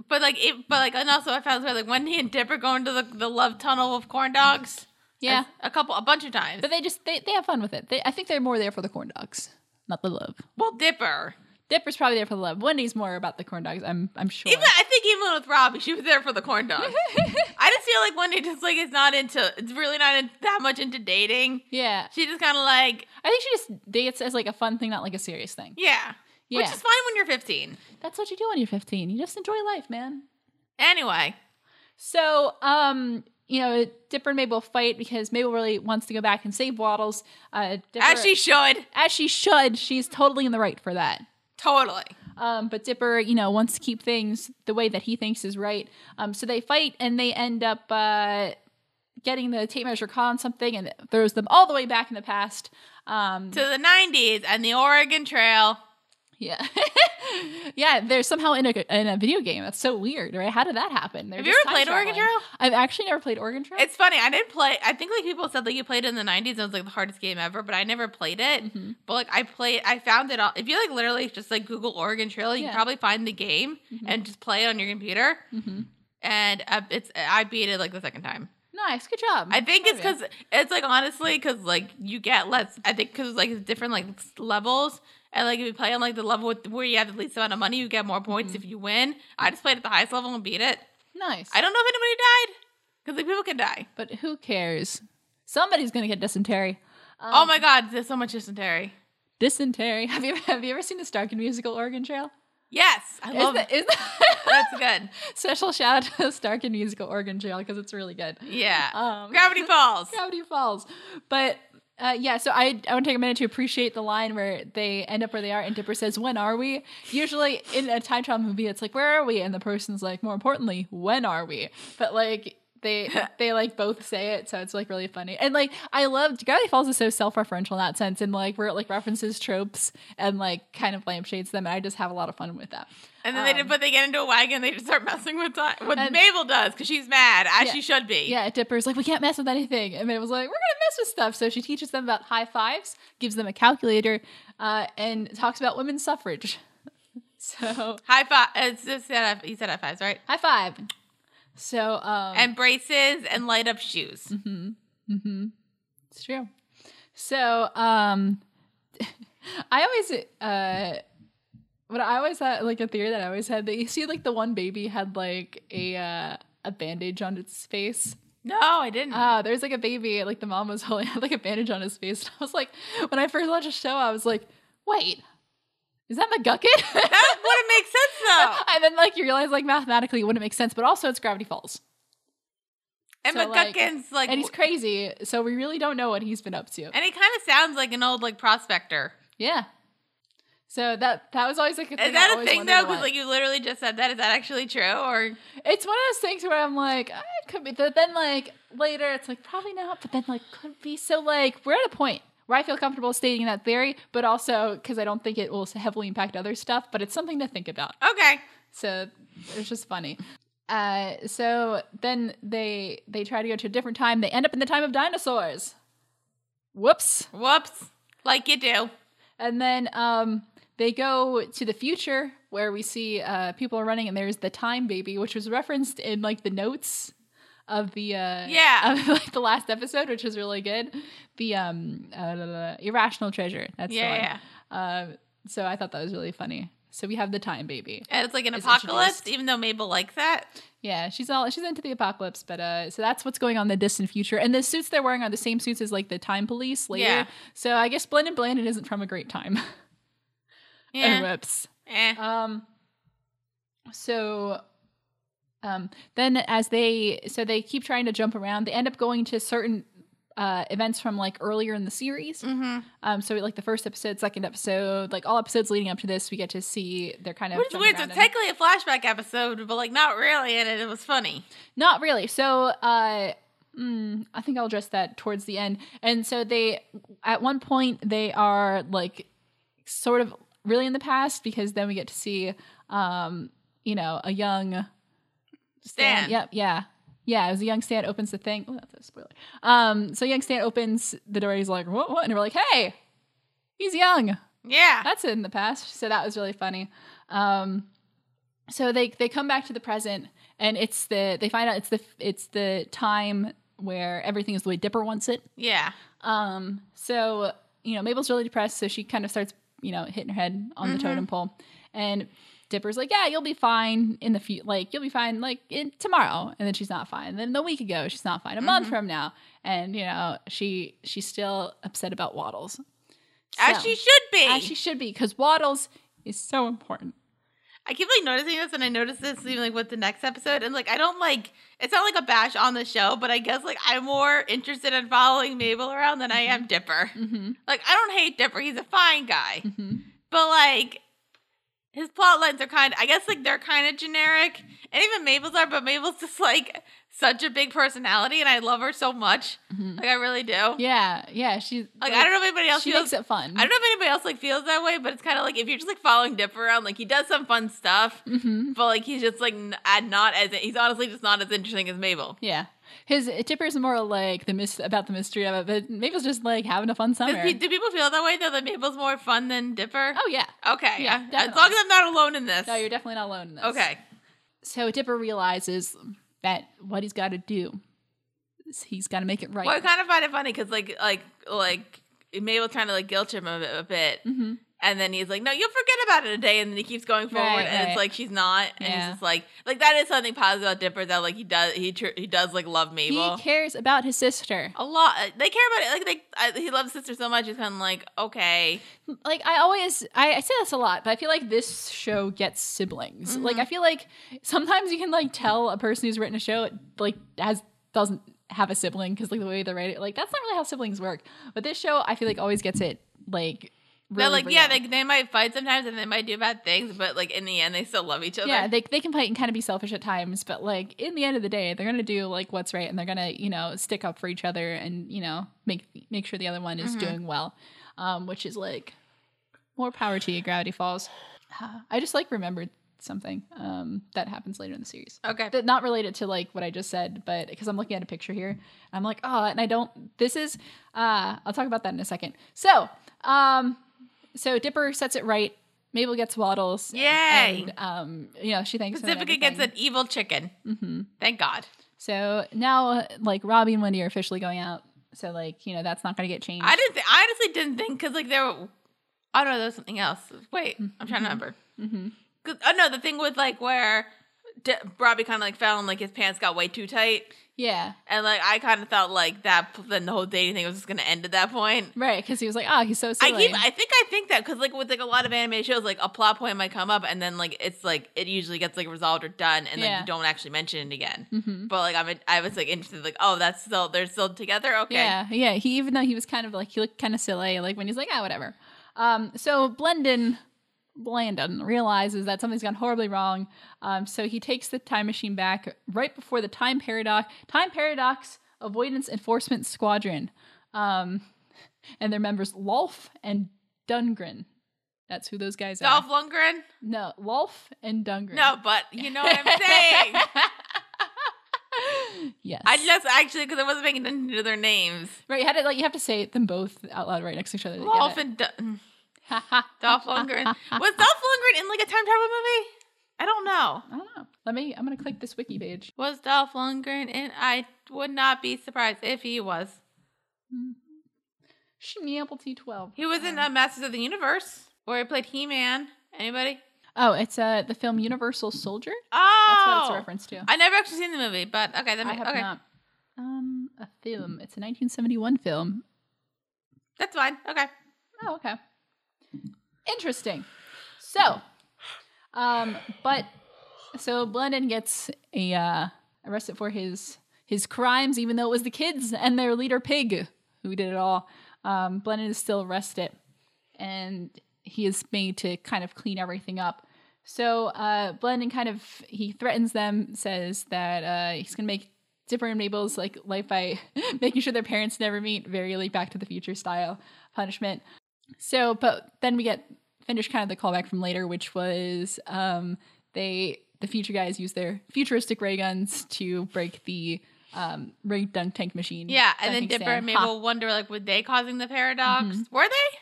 Speaker 1: but like it but like and also I found this way, like Wendy and Dipper going to the, the love tunnel of corn dogs.
Speaker 2: yeah.
Speaker 1: A, a couple a bunch of times.
Speaker 2: But they just, they, they have fun with it. They, I think they're more there for the corn dogs, not the love.
Speaker 1: well Dipper.
Speaker 2: Dipper's probably there for the love. Wendy's more about the corn dogs, I'm, I'm sure.
Speaker 1: Even I think even with Robbie, she was there for the corn dogs. I just feel like Wendy just like is not into it's really not in, that much into dating.
Speaker 2: yeah.
Speaker 1: She just kind of like
Speaker 2: I think she just dates as like a fun thing, not like a serious thing.
Speaker 1: yeah.
Speaker 2: Yeah.
Speaker 1: Which is fine when you're 15.
Speaker 2: That's what you do when you're 15. You just enjoy life, man.
Speaker 1: Anyway,
Speaker 2: So, um, you know, Dipper and Mabel fight because Mabel really wants to go back and save Waddles. Uh, Dipper,
Speaker 1: As she should.
Speaker 2: as she should, she's totally in the right for that.
Speaker 1: Totally.
Speaker 2: Um, but Dipper, you know, wants to keep things the way that he thinks is right. Um, so they fight and they end up uh, getting the tape measure caught on something and it throws them all the way back in the past. Um,
Speaker 1: To the 90s and the Oregon Trail.
Speaker 2: yeah, yeah. They're somehow in a in a video game. That's so weird, right? How did that happen? They're
Speaker 1: Have you
Speaker 2: just
Speaker 1: ever
Speaker 2: time
Speaker 1: played Oregon
Speaker 2: traveling.
Speaker 1: Trail?
Speaker 2: I've actually never played Oregon Trail.
Speaker 1: It's funny. I did play. I think like people said like you played it in the '90s. and It was like the hardest game ever, but I never played it.
Speaker 2: Mhm.
Speaker 1: But like I played, I found it all. If you like literally just like Google Oregon Trail, you
Speaker 2: Yeah.
Speaker 1: can probably find the game
Speaker 2: Mhm.
Speaker 1: and just play it on your computer.
Speaker 2: Mhm.
Speaker 1: And uh, it's I beat it like the second time.
Speaker 2: Nice, good job. Oh,
Speaker 1: I think
Speaker 2: Proud
Speaker 1: it's
Speaker 2: of you.
Speaker 1: because it's like honestly because like you get less. I think because like it's different like s- levels. And like if you play on like the level with, where you have the least amount of money, you get more points
Speaker 2: Mm-hmm.
Speaker 1: if you win. I just played at the highest level and beat it.
Speaker 2: nice.
Speaker 1: I don't know if anybody died because like people can die.
Speaker 2: but who cares? Somebody's gonna get dysentery. Um,
Speaker 1: oh my god, there's so much dysentery.
Speaker 2: dysentery. Have you have you ever seen the Starkin musical Oregon Trail?
Speaker 1: Yes, I
Speaker 2: Is
Speaker 1: love it.
Speaker 2: that, is that
Speaker 1: That's good.
Speaker 2: special shout out to the Starkin musical Oregon Trail because it's really good.
Speaker 1: Yeah.
Speaker 2: Um,
Speaker 1: Gravity Falls.
Speaker 2: Gravity Falls, but. Uh, yeah, so I I want to take a minute to appreciate the line where they end up where they are, and Dipper says, "When are we?" Usually in a time travel movie, it's like, "Where are we?" and the person's like, "More importantly, when are we?" But like they they like both say it, so it's like really funny. And like I loved Gravity Falls is so self referential in that sense, and like where it like references tropes and like kind of lampshades them. And I just have a lot of fun with that.
Speaker 1: And then they did, but they get into a wagon. They just start messing with time. What
Speaker 2: Um. And-
Speaker 1: Mabel does because she's mad, as
Speaker 2: Yeah.
Speaker 1: she should be.
Speaker 2: Yeah, Dipper's like, we can't mess with anything. And Mabel's like, we're going to mess with stuff. So she teaches them about high fives, gives them a calculator, uh, and talks about women's suffrage. So
Speaker 1: High five. It's just that I- you said high fives, right?
Speaker 2: high five. So, um,
Speaker 1: And braces and light up shoes.
Speaker 2: it's true. So, um, I always, uh, what I always had, like a theory that I always had that you see, like the one baby had like a, uh, a bandage on its face.
Speaker 1: No, I didn't.
Speaker 2: Ah, there's like a baby, like the mom was holding had like a bandage on his face. And I was like, when I first watched the show, I was like, wait, is that McGucket?
Speaker 1: that wouldn't make sense though.
Speaker 2: and then like you realize like mathematically it wouldn't make sense, but also it's Gravity Falls.
Speaker 1: And
Speaker 2: So, like-
Speaker 1: McGuckin's like,
Speaker 2: And he's
Speaker 1: w-
Speaker 2: crazy, so we really don't know what he's been up to.
Speaker 1: and he kind of sounds like an old like prospector.
Speaker 2: Yeah. So that that was always like a thing.
Speaker 1: Is
Speaker 2: I
Speaker 1: that a
Speaker 2: always
Speaker 1: thing
Speaker 2: wondered
Speaker 1: though? Because
Speaker 2: why.
Speaker 1: like you literally just said that. Is that actually true? Or
Speaker 2: it's one of those things where I'm like, ah, it could be, but then like later, it's like probably not, but then like could be. So like we're at a point where I feel comfortable stating that theory, but also because I don't think it will heavily impact other stuff, but it's something to think about.
Speaker 1: okay,
Speaker 2: So it's just funny. Uh, so then they they try to go to a different time. They end up in the time of dinosaurs. Whoops.
Speaker 1: whoops, like you do.
Speaker 2: And then um, they go to the future where we see uh, people are running, and there's the time baby, which was referenced in like the notes of the uh,
Speaker 1: Yeah.
Speaker 2: of like the last episode, which was really good. The um, uh, blah, blah, blah, irrational treasure. That's
Speaker 1: Yeah,
Speaker 2: the one. Um, so I thought that was really funny. So we have the time baby.
Speaker 1: And it's like an
Speaker 2: Is
Speaker 1: apocalypse,
Speaker 2: introduced.
Speaker 1: even though Mabel likes that.
Speaker 2: Oh, Yeah, she's all she's into the apocalypse, but uh, so that's what's going on in the distant future. And the suits they're wearing are the same suits as like the time police later.
Speaker 1: Yeah.
Speaker 2: So I guess Blended Blandon isn't from a great time.
Speaker 1: Yeah.
Speaker 2: Whoops.
Speaker 1: Eh.
Speaker 2: Um so um then as they so they keep trying to jump around, they end up going to certain uh events from like earlier in the series.
Speaker 1: Mhm.
Speaker 2: Um so like the first episode, second episode, like all episodes leading up to this, we get to see they're kind of
Speaker 1: Which is
Speaker 2: jumping
Speaker 1: weird. So
Speaker 2: around
Speaker 1: it's
Speaker 2: and-
Speaker 1: technically a flashback episode, but like not really, and it, it was funny.
Speaker 2: Not really. So, uh, mm, I think I'll address that towards the end. And so they, at one point, they are like sort of really in the past because then we get to see, um, you know, a young
Speaker 1: Stan.
Speaker 2: Yep. Yeah. Yeah. It was a young Stan opens the thing. Oh, that's a spoiler. Um, so young Stan opens the door. He's like, what, what? And we're like, hey, he's young
Speaker 1: Yeah.
Speaker 2: that's in the past so that was really funny um so they they come back to the present and it's the they find out it's the it's the time where everything is the way dipper wants it
Speaker 1: Yeah.
Speaker 2: um so you know mabel's really depressed so she kind of starts you know hitting her head on the
Speaker 1: Mm-hmm.
Speaker 2: totem pole and dipper's like yeah you'll be fine in the future like you'll be fine like in tomorrow and then she's not fine then the week ago she's not fine a month
Speaker 1: Mm-hmm.
Speaker 2: from now and you know she she's still upset about waddles
Speaker 1: As
Speaker 2: So-
Speaker 1: she should be.
Speaker 2: as she should be, because Waddles is so important.
Speaker 1: I keep like noticing this, and I noticed this even like with the next episode, and like I don't like it's not like a bash on the show, but I guess like I'm more interested in following Mabel around than I am Dipper.
Speaker 2: Mm-hmm.
Speaker 1: Like I don't hate Dipper; he's a fine guy,
Speaker 2: Mm-hmm.
Speaker 1: but like his plot lines are kind. I guess like they're kind of generic, and even Mabel's are. But Mabel's just like such a big personality, and I love her so much. Like I really do.
Speaker 2: Mm-hmm. Yeah, yeah. She's
Speaker 1: Like, I don't know if anybody else
Speaker 2: She
Speaker 1: feels
Speaker 2: makes it fun.
Speaker 1: I don't know if anybody else like feels that way, but it's kind of like if you're just like following Dipper around, like he does some fun stuff,
Speaker 2: Mhm.
Speaker 1: but like he's just like n- and not as he's honestly just not as interesting as Mabel.
Speaker 2: Yeah. His Tipper's more like the mis- about the mystery of it, but Mabel's just like having a fun
Speaker 1: Does
Speaker 2: summer.
Speaker 1: pe- do people feel that way though? That Mabel's more fun than Dipper?
Speaker 2: oh yeah.
Speaker 1: okay, yeah.
Speaker 2: yeah,
Speaker 1: As
Speaker 2: definitely.
Speaker 1: long as I'm not alone in this.
Speaker 2: No, you're definitely not alone in this.
Speaker 1: okay.
Speaker 2: So Dipper realizes that what he's got to do is he's got to make it right.
Speaker 1: Well, I kind of find it funny because like like like Mabel trying to like guilt him a bit, a bit,
Speaker 2: Mhm.
Speaker 1: and then he's like, "No, you'll forget about it a day," and then he keeps going forward,
Speaker 2: Right,
Speaker 1: and
Speaker 2: right.
Speaker 1: it's like she's not, and
Speaker 2: Yeah.
Speaker 1: he's just like, like that is something positive about Dipper that like he does he tr- he does like love Mabel.
Speaker 2: He cares about his sister.
Speaker 1: a lot. uh, They care about it. Like they, I, he loves sister so much. He's kind of like, okay,
Speaker 2: Like I always, I, I say this a lot, but I feel like this show gets siblings. Like
Speaker 1: Mm-hmm.
Speaker 2: I feel like sometimes you can like tell a person who's written a show like has doesn't have a sibling because like the way they write it, like that's not really how siblings work. But this show, I feel like always gets it like really.
Speaker 1: they're like, yeah,
Speaker 2: real.
Speaker 1: they, they might fight sometimes and they might do bad things, but like in the end, they still love each other.
Speaker 2: yeah, they they can fight and kind of be selfish at times, but like in the end of the day, they're gonna do like what's right, and they're gonna you know stick up for each other and you know make make sure the other one is doing well, um, which is like more power to you, Gravity Falls. Uh, I just like remembered something um, that happens later in the series.
Speaker 1: okay.
Speaker 2: But not related to like what I just said, but because I'm looking at a picture here, I'm like, oh, and I don't. This is. Uh, I'll talk about that in a second. So, um, so Dipper sets it right. Mabel gets waddles.
Speaker 1: Yay.
Speaker 2: And, um, you know she thanks. him and
Speaker 1: Pacifica gets an
Speaker 2: everything. Mm-hmm.
Speaker 1: evil chicken. Thank God.
Speaker 2: So now, like Robbie and Wendy are officially going out. So like you know that's not going to get changed.
Speaker 1: I didn't. Th- I honestly didn't think because like there. were- Oh no, there was something else. Wait, I'm trying to
Speaker 2: Mm-hmm.
Speaker 1: remember. Cause, oh no, the thing with like where D- Robbie kind of like fell and like his pants got way too tight,
Speaker 2: yeah.
Speaker 1: and like I kind of thought like that. Then the whole dating thing was just gonna end at that point.
Speaker 2: Right, because he was like, "Oh, he's so
Speaker 1: I
Speaker 2: silly."
Speaker 1: keep. I think I think that because like with like a lot of anime shows, like a plot point might come up, and then like it's like it usually gets like resolved or done, and then
Speaker 2: Yeah.
Speaker 1: you don't actually mention it again.
Speaker 2: Mhm.
Speaker 1: But like I'm, I was like interested, like oh, that's still they're still together. Okay,
Speaker 2: Yeah, yeah. He even though he was kind of like he looked kind of silly, like when he's like, ah, whatever. Um, so Blendon, Blandon realizes that something's gone horribly wrong. Um, so he takes the time machine back right before the time paradox, time paradox avoidance enforcement squadron, um, and their members Lolf and Dungren. That's who those guys are.
Speaker 1: Dolph Lundgren.
Speaker 2: No, Lolf and Dungren.
Speaker 1: No, but you know what I'm saying.
Speaker 2: Yes.
Speaker 1: I just actually because I wasn't paying attention to their names.
Speaker 2: right. You had to like you have to say them both out loud right next to each other. to get
Speaker 1: Dolph
Speaker 2: it.
Speaker 1: and D- mm, Dolph Lundgren. Was Dolph Lundgren in like a time travel movie? I don't know.
Speaker 2: I don't know. Let me. I'm gonna click this wiki page.
Speaker 1: Was Dolph Lundgren in? I would not be surprised if he was.
Speaker 2: Schmeeple T12.
Speaker 1: He was in uh, Masters of the Universe, where he played He Man. Anybody?
Speaker 2: Oh, it's uh the film Universal Soldier. That's
Speaker 1: Oh,
Speaker 2: what it's a reference to.
Speaker 1: I never actually seen the movie, but okay, that
Speaker 2: I
Speaker 1: makes,
Speaker 2: have
Speaker 1: okay,
Speaker 2: not. Um, a film. It's a 1971 film.
Speaker 1: that's fine. Okay,
Speaker 2: Oh, okay. Interesting. So, um, but so Blendon gets a uh, arrested for his his crimes, even though it was the kids and their leader Pig who did it all. Um, Blendon is still arrested, and he is made to kind of clean everything up. So uh, Blendon kind of he threatens them, says that uh, he's gonna make Dipper and Mabel's like life by making sure their parents never meet, very like Back to the Future style punishment. So, but then we get finished kind of the callback from later, which was um, they the future guys use their futuristic ray guns to break the um, ray dunk tank machine.
Speaker 1: yeah, and then
Speaker 2: dunking
Speaker 1: Dipper
Speaker 2: stand.
Speaker 1: and
Speaker 2: Ha,
Speaker 1: Mabel wonder like, were they causing the paradox? Were they?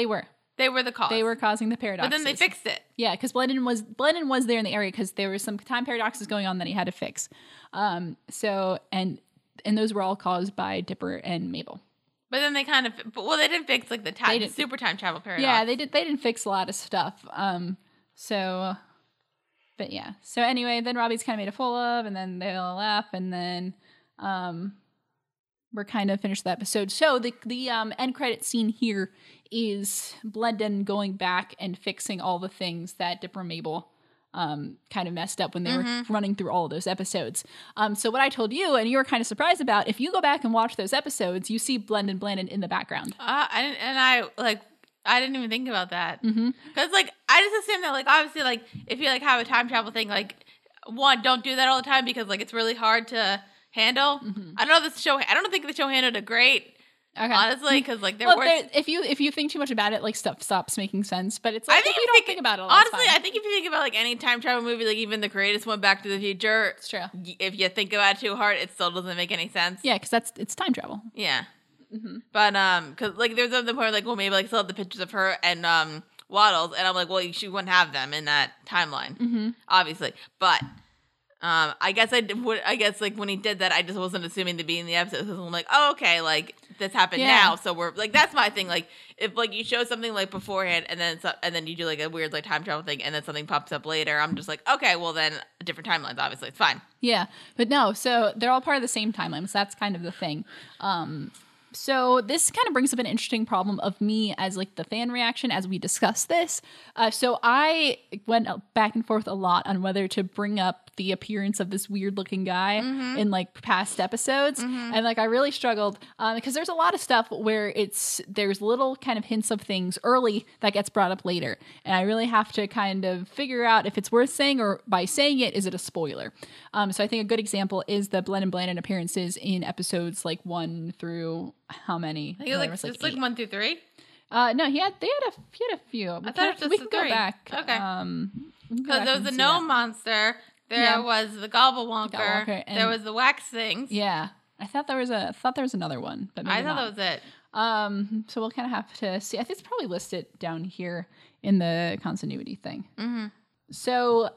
Speaker 2: they were
Speaker 1: They were the cause.
Speaker 2: Mm-hmm. they were causing the paradox.
Speaker 1: but then they fixed it.
Speaker 2: Yeah, because Blendon was Blendon was there in the area because there was some time paradoxes going on that he had to fix. Um, so and and those were all caused by Dipper and Mabel.
Speaker 1: But then they kind of, but, well, they didn't fix like the time
Speaker 2: didn't-
Speaker 1: super time travel paradox.
Speaker 2: Yeah, they did. They didn't fix a lot of stuff. Um, so, but yeah. So anyway, then Robbie's kind of made a fool of, and then they all laugh, and then um, we're kind of finished the episode. So the the um, end credit scene here is Bledden going back and fixing all the things that Dipper and Mabel um, kind of messed up when they were running through all of those episodes. Um, so what I told you, and you were kind of surprised about, if you go back and watch those episodes, you see Bledden Blandon in the background.
Speaker 1: Uh, I didn't, and I like I didn't even think about that because
Speaker 2: Mhm.
Speaker 1: like I just assume that like obviously like if you like have a time travel thing like one don't do that all the time because like it's really hard to handle.
Speaker 2: Mm-hmm.
Speaker 1: I don't know if the show. I don't think the show handled it great
Speaker 2: Okay.
Speaker 1: honestly because like there
Speaker 2: Mm. well,
Speaker 1: were.
Speaker 2: there- if you if you think too much about it, like stuff stops making sense. But it's
Speaker 1: I
Speaker 2: like
Speaker 1: think
Speaker 2: if you
Speaker 1: if
Speaker 2: don't
Speaker 1: you-
Speaker 2: think, about it, a lot, it's
Speaker 1: Honestly,
Speaker 2: fine.
Speaker 1: I think if you think about like any time travel movie, like even the greatest one, Back to the Future,
Speaker 2: it's true.
Speaker 1: y- if you think about it too hard, it still doesn't make any sense.
Speaker 2: Yeah, because that's it's time travel.
Speaker 1: Yeah. But um, cause like there's the point like well maybe like still have the pictures of her and um Waddles and I'm like well she wouldn't have them in that timeline
Speaker 2: Mm-hmm.
Speaker 1: obviously but um I guess I did- would I guess like when he did that I just wasn't assuming to be in the episode because I'm like oh okay like this happened
Speaker 2: Yeah.
Speaker 1: now so we're like that's my thing like if like you show something like beforehand and then so, and then you do like a weird like time travel thing and then something pops up later I'm just like okay well then different timelines obviously it's fine
Speaker 2: Yeah, but no, so they're all part of the same timeline, so that's kind of the thing. Um, so this kind of brings up an interesting problem of me as like the fan reaction as we discuss this. Uh, so I went back and forth a lot on whether to bring up the appearance of this weird looking guy
Speaker 1: Mm-hmm.
Speaker 2: in like past episodes, and like I really struggled um, because there's a lot of stuff where it's there's little kind of hints of things early that gets brought up later, and I really have to kind of figure out if it's worth saying or by saying it is it a spoiler. Um, so I think a good example is the Blend and Blandon appearances in episodes like one through how many?
Speaker 1: I think it
Speaker 2: There was,
Speaker 1: was, like it's like
Speaker 2: eight.
Speaker 1: one through three
Speaker 2: Uh, no, he had they had a he had a few. We
Speaker 1: thought
Speaker 2: can-
Speaker 1: it was just
Speaker 2: we
Speaker 1: the
Speaker 2: can go
Speaker 1: three.
Speaker 2: back.
Speaker 1: Okay.
Speaker 2: Um, we can go
Speaker 1: Because
Speaker 2: back
Speaker 1: there
Speaker 2: and
Speaker 1: was the
Speaker 2: see
Speaker 1: gnome
Speaker 2: that.
Speaker 1: monster. There
Speaker 2: Yeah.
Speaker 1: was the gobblewonker.
Speaker 2: Gobblewonker and-
Speaker 1: there was the wax things.
Speaker 2: Yeah, I thought there was a I thought there was another one, but maybe
Speaker 1: I thought
Speaker 2: not.
Speaker 1: that was it.
Speaker 2: Um, so we'll kind of have to see. I think it's probably listed down here in the continuity thing.
Speaker 1: Mhm.
Speaker 2: So,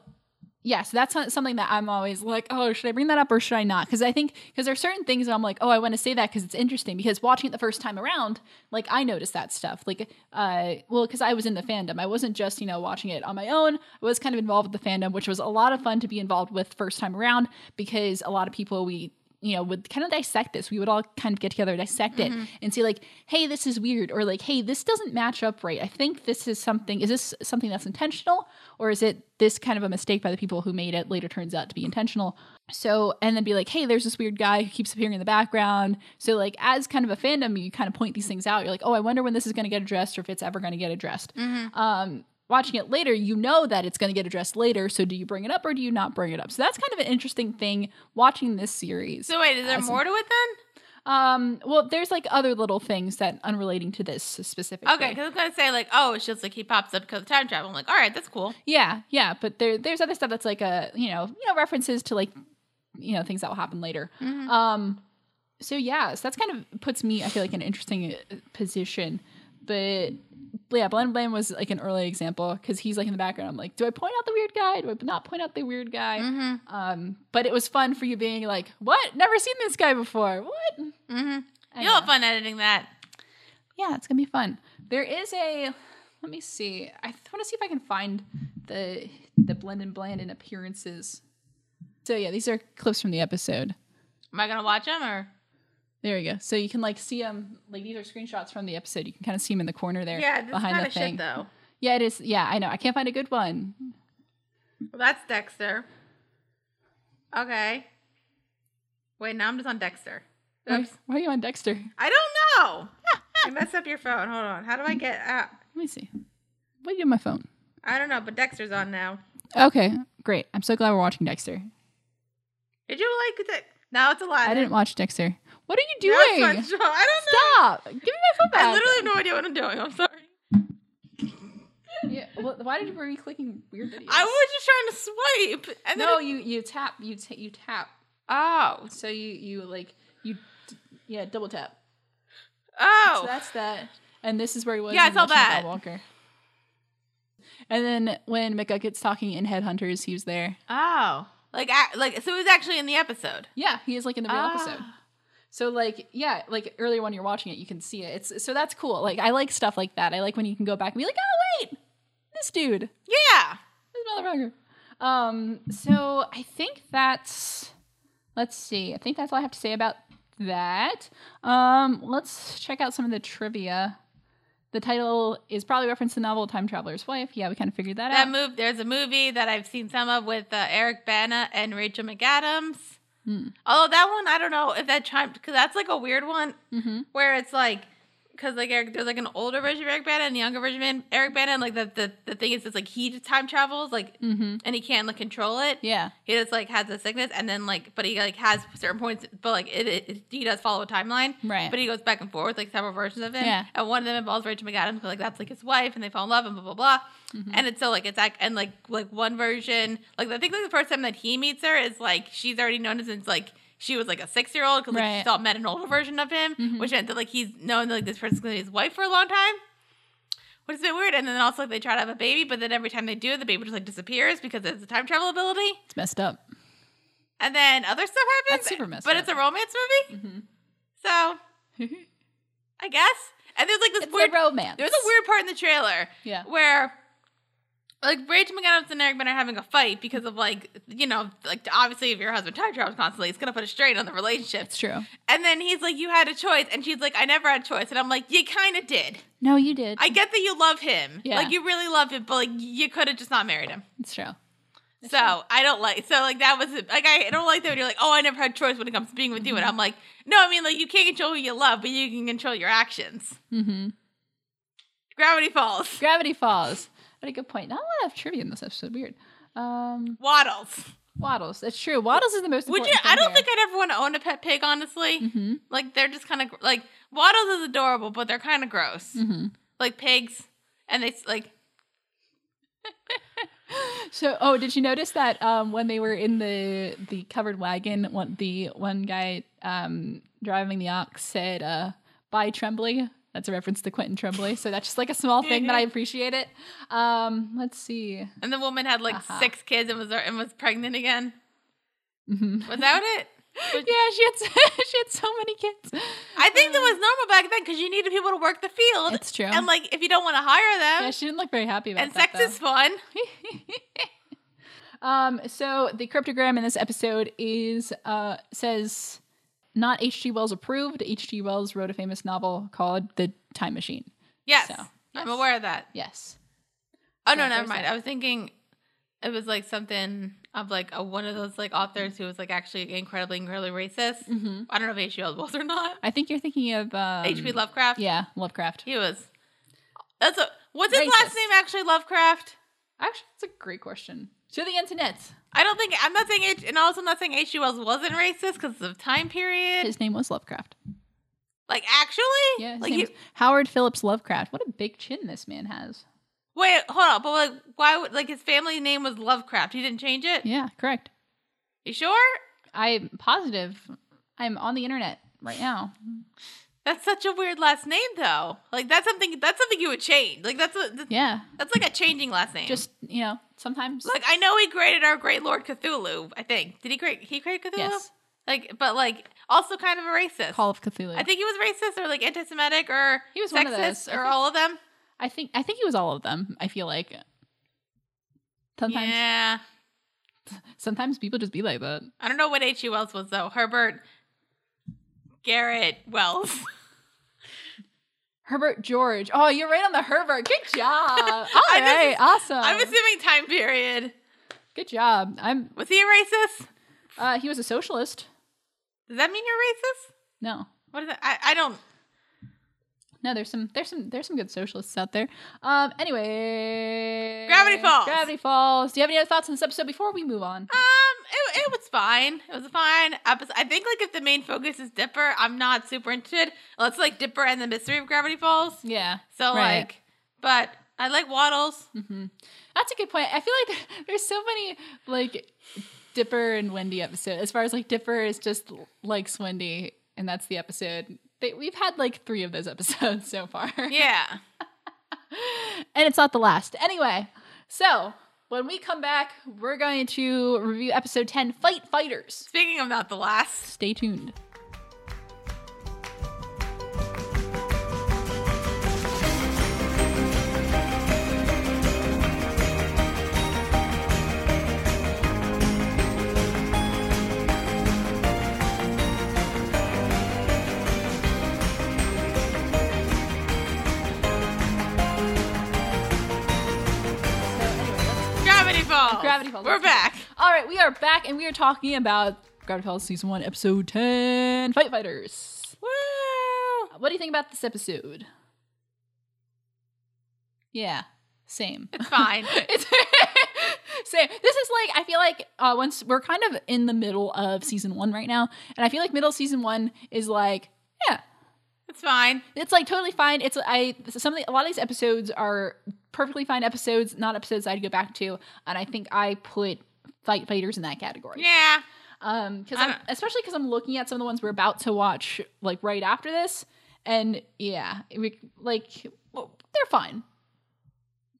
Speaker 2: yeah, so that's not something that I'm always like, oh, should I bring that up or should I not? Because I think because there are certain things that I'm like, oh, I want to say that because it's interesting. Because watching it the first time around, like I noticed that stuff. Like, uh, well, because I was in the fandom, I wasn't just you know watching it on my own. I was kind of involved with the fandom, which was a lot of fun to be involved with first time around because a lot of people we you know, would kind of dissect this. We would all kind of get together, dissect it, and see like, hey, this is weird, or like, hey, this doesn't match up right. I think this is something. Is this something that's intentional, or is it this kind of a mistake by the people who made it? Later turns out to be intentional. So, and then be like, hey, there's this weird guy who keeps appearing in the background. So, like, as kind of a fandom, you kind of point these things out. You're like, oh, I wonder when this is going to get addressed, or if it's ever going to get addressed. Um, watching it later, you know that it's going to get addressed later. So, do you bring it up or do you not bring it up? So, that's kind of an interesting thing watching this series.
Speaker 1: So wait, is there
Speaker 2: Awesome.
Speaker 1: more to it then?
Speaker 2: Um, well, there's like other little things that unrelating to this specifically.
Speaker 1: Okay, because I was gonna say like, oh, it's just like he pops up because of time travel. I'm like, all right, that's cool.
Speaker 2: Yeah, yeah, but there there's other stuff that's like a you know you know references to like you know things that will happen later. Um, so yeah, so that's kind of puts me I feel like in an interesting uh, position, but. but Yeah, Blend Blame was like an early example because he's like in the background. I'm like, do I point out the weird guy? Do I not point out the weird guy? Um, but it was fun for you being like, what? Never seen this guy before. What? I
Speaker 1: Mm-hmm. You'll have
Speaker 2: know.
Speaker 1: fun editing that.
Speaker 2: yeah, it's gonna be fun. There is a let me see. I want to see if I can find the the blend and bland and appearances. So yeah, these are clips from the episode.
Speaker 1: Am I gonna watch them or?
Speaker 2: There you go. So you can like see them. Like these are screenshots from the episode. You can kind of see them in the corner there. behind
Speaker 1: kinda
Speaker 2: the thing.
Speaker 1: though.
Speaker 2: Yeah, it is. Yeah, I know. I can't find a good one.
Speaker 1: Well, that's Dexter. Okay. Wait, now I'm just on Dexter.
Speaker 2: Why, why are you on Dexter?
Speaker 1: I don't know. I messed up your phone. Hold on. How do I get out?
Speaker 2: Let me see. What do you do on my phone?
Speaker 1: I don't know, but Dexter's on now.
Speaker 2: Okay, great. I'm so glad we're watching Dexter.
Speaker 1: Did you like it? No, it's Aladdin.
Speaker 2: I didn't watch Dexter. What are
Speaker 1: Now it's
Speaker 2: you
Speaker 1: SpongeBob.
Speaker 2: doing?
Speaker 1: I don't know.
Speaker 2: Stop! Give me my phone back.
Speaker 1: I literally have no idea what I'm doing. I'm sorry.
Speaker 2: Yeah. Well, why did you were you clicking weird videos?
Speaker 1: I was just trying to swipe, and then
Speaker 2: No,
Speaker 1: it-
Speaker 2: you you tap you ta- you tap.
Speaker 1: oh,
Speaker 2: So you you like you d- yeah double tap. So
Speaker 1: oh,
Speaker 2: that's that. And this is where he was.
Speaker 1: Yeah, I
Speaker 2: in
Speaker 1: saw
Speaker 2: Watchmen by
Speaker 1: that.
Speaker 2: Walker. And then when McGucket's talking in Headhunters, he was there.
Speaker 1: oh, like I, like so. It was actually in the episode.
Speaker 2: Yeah, he is like in the real
Speaker 1: Ah.
Speaker 2: episode. So like yeah, like earlier when you're watching it, you can see it. It's so that's cool. Like I like stuff like that. I like when you can go back and be like, oh wait, this dude.
Speaker 1: Yeah.
Speaker 2: This motherfucker. Um, so I think that's let's see. I think that's all I have to say about that. Um, let's check out some of the trivia The title is probably referenced to the novel Time Traveler's Wife. Yeah, we kind of figured that,
Speaker 1: That
Speaker 2: out.
Speaker 1: move, there's a movie that I've seen some of with uh, Eric Bana and Rachel McAdams.
Speaker 2: Hmm.
Speaker 1: Although that one, I don't know if that chimed because that's like a weird one
Speaker 2: Mm-hmm.
Speaker 1: where it's like because like Eric, there's like an older version of Eric Bana and a younger version of Man- Eric Bana, and like the, the the thing is, it's like he just time travels, like
Speaker 2: Mm-hmm.
Speaker 1: and he can't like control it.
Speaker 2: Yeah.
Speaker 1: He just like has a sickness, and then like, but he like has certain points, but like it, it, it- he does follow a timeline,
Speaker 2: Right.
Speaker 1: But he goes back and forth like several versions of him,
Speaker 2: Yeah.
Speaker 1: And one of them involves Rachel McAdams, but like that's like his wife, and they fall in love, and blah blah blah.
Speaker 2: Mm-hmm.
Speaker 1: And it's so like it's like and like like one version, like I think like the first time that he meets her is like she's already known as since like. She was like a six year old because like,
Speaker 2: Right. Mm-hmm.
Speaker 1: she saw met an older version of him, which meant that like he's known that, like this person's gonna be his wife for a long time which is a bit weird. And then also like, they try to have a baby, but then every time they do, the baby just like disappears because it's a time travel ability.
Speaker 2: It's messed up.
Speaker 1: And then other stuff happens.
Speaker 2: That's super messed
Speaker 1: But
Speaker 2: up. Mm-hmm.
Speaker 1: it's a romance movie, so
Speaker 2: it's
Speaker 1: I guess. And there's like this
Speaker 2: a
Speaker 1: weird.
Speaker 2: romance.
Speaker 1: There's a weird part in the trailer
Speaker 2: Yeah.
Speaker 1: where. Like Rachel McAdams and Eric Ben are having a fight because of like you know like obviously if your husband time travels constantly it's gonna put a strain on the relationship
Speaker 2: It's true.
Speaker 1: and then he's like you had a choice and she's like I never had a choice and I'm like you kind of did
Speaker 2: No, you did.
Speaker 1: I get that you love him
Speaker 2: Yeah.
Speaker 1: like you really love him but like you could have just not married him
Speaker 2: it's true.
Speaker 1: So I don't like. So like that was like I don't like that when you're like, oh, I never had choice when it comes to being with you, and
Speaker 2: Mm-hmm.
Speaker 1: I'm like, no, I mean like you can't control who you love, but you can control your actions.
Speaker 2: Mm-hmm.
Speaker 1: Gravity Falls,
Speaker 2: Gravity Falls. What a good point. Not a lot of trivia in this episode. Weird. Um,
Speaker 1: Waddles.
Speaker 2: Waddles. That's true. Waddles is the most
Speaker 1: Would
Speaker 2: important.
Speaker 1: you? I don't think I'd ever want to own a pet pig. Honestly,
Speaker 2: hmm
Speaker 1: like they're just kind of like Waddles is adorable, but they're kind of gross,
Speaker 2: hmm
Speaker 1: like pigs, and they s- like
Speaker 2: So, oh, did you notice that um, when they were in the the covered wagon, one, the one guy um, driving the ox said, uh, "Bye, Trembly." That's a reference to Quentin Tremblay. So that's just like a small thing, but I appreciate it. Um, let's see.
Speaker 1: and the woman had like
Speaker 2: Uh-huh.
Speaker 1: six kids and was and was pregnant again
Speaker 2: hmm
Speaker 1: without it.
Speaker 2: Yeah, she had she had so many kids.
Speaker 1: I think that was normal back then because you needed people to work the field.
Speaker 2: It's true.
Speaker 1: And like if you don't want to hire them,
Speaker 2: Yeah, she didn't look very happy about
Speaker 1: and
Speaker 2: that.
Speaker 1: sex is fun.
Speaker 2: though. um, so the cryptogram in this episode is uh says not H.G. Wells approved. H.G. Wells wrote a famous novel called The Time Machine.
Speaker 1: Yes,
Speaker 2: So, yes.
Speaker 1: I'm aware of that.
Speaker 2: Yes.
Speaker 1: Oh
Speaker 2: So
Speaker 1: no, never
Speaker 2: there's
Speaker 1: mind.
Speaker 2: that.
Speaker 1: I was thinking it was like something of like a, one of those like authors who was like actually incredibly, incredibly racist.
Speaker 2: Mm-hmm.
Speaker 1: I don't know if H.P. Wells was or not.
Speaker 2: I think you're thinking of um,
Speaker 1: H.P. Lovecraft.
Speaker 2: Yeah, Lovecraft.
Speaker 1: he was. That's a. What's his
Speaker 2: Racist.
Speaker 1: last name actually? Lovecraft.
Speaker 2: Actually, that's a great question. To the internet.
Speaker 1: I don't think I'm not saying H, and also I'm not saying H.P. Wells wasn't racist because of time period.
Speaker 2: His name was Lovecraft.
Speaker 1: like actually,
Speaker 2: Yeah, his
Speaker 1: Like
Speaker 2: name
Speaker 1: he,
Speaker 2: was Howard Phillips Lovecraft. What a big chin this man has.
Speaker 1: wait, hold on. But like, why would like his family name was Lovecraft? He didn't change it.
Speaker 2: Yeah, correct.
Speaker 1: You sure?
Speaker 2: I'm positive. I'm on the internet right now.
Speaker 1: That's such a weird last name, though. Like that's something that's something you would change. Like that's a, that's,
Speaker 2: Yeah,
Speaker 1: that's like a changing last name.
Speaker 2: just you know, sometimes.
Speaker 1: like I know he created our great Lord Cthulhu. I think did he create he created Cthulhu?
Speaker 2: yes,
Speaker 1: Like, but like also kind of a racist.
Speaker 2: Call of Cthulhu.
Speaker 1: I think he was racist or like anti-Semitic or
Speaker 2: He was
Speaker 1: sexist
Speaker 2: one of those, I
Speaker 1: or
Speaker 2: think.
Speaker 1: all of them.
Speaker 2: I think I think it was all of them. I feel like sometimes
Speaker 1: Yeah,
Speaker 2: sometimes people just be like that.
Speaker 1: I don't know what H. E. Wells was though. Herbert Garrett Wells.
Speaker 2: Uh, Herbert George. Oh, you're right on the Herbert. Good job. All
Speaker 1: I just-
Speaker 2: right, awesome.
Speaker 1: I'm assuming time period.
Speaker 2: Good job. I'm.
Speaker 1: Was he a racist?
Speaker 2: Uh, he was a socialist.
Speaker 1: Does that mean you're racist?
Speaker 2: No,
Speaker 1: What is that? I, I don't. um,
Speaker 2: no. There's some. There's some. There's some good socialists out there. Um. Anyway.
Speaker 1: Gravity Falls.
Speaker 2: Gravity Falls. Do you have any other thoughts on this episode before we move on?
Speaker 1: Um, it, it was fine. It was a fine episode. I think like if the main focus is Dipper, I'm not super interested. Let's like Dipper and the mystery of Gravity Falls.
Speaker 2: Yeah.
Speaker 1: So
Speaker 2: Right.
Speaker 1: like, but I like Waddles.
Speaker 2: hmm That's a good point. I feel like there's so many like Dipper and Wendy episode. As far as like Dipper is just likes Wendy, and that's the episode. They, we've had like three of those episodes so far,
Speaker 1: Yeah,
Speaker 2: and it's not the last. Anyway, so when we come back, we're going to review episode ten, Fight Fighters.
Speaker 1: speaking of not the last.
Speaker 2: Stay tuned.
Speaker 1: Falls.
Speaker 2: Gravity Falls.
Speaker 1: We're
Speaker 2: Let's do it.
Speaker 1: back.
Speaker 2: All right, we are back and we are talking about Gravity Falls Season 1, Episode 10 Fight Fighters.
Speaker 1: Woo!
Speaker 2: What do you think about this episode? Yeah, same.
Speaker 1: It's fine.
Speaker 2: It's same. This is like I feel like uh, once we're kind of in the middle of season one right now, and I feel like middle of season one is like yeah,
Speaker 1: It's fine.
Speaker 2: it's like totally fine. It's I some of the, a lot of these episodes are perfectly fine episodes, not episodes I'd go back to, and I think I put fight fighters in that category.
Speaker 1: Yeah.
Speaker 2: Um, because
Speaker 1: I
Speaker 2: I'm
Speaker 1: don't-
Speaker 2: especially because I'm looking at some of the ones we're about to watch like right after this, and yeah, we like well, they're fine,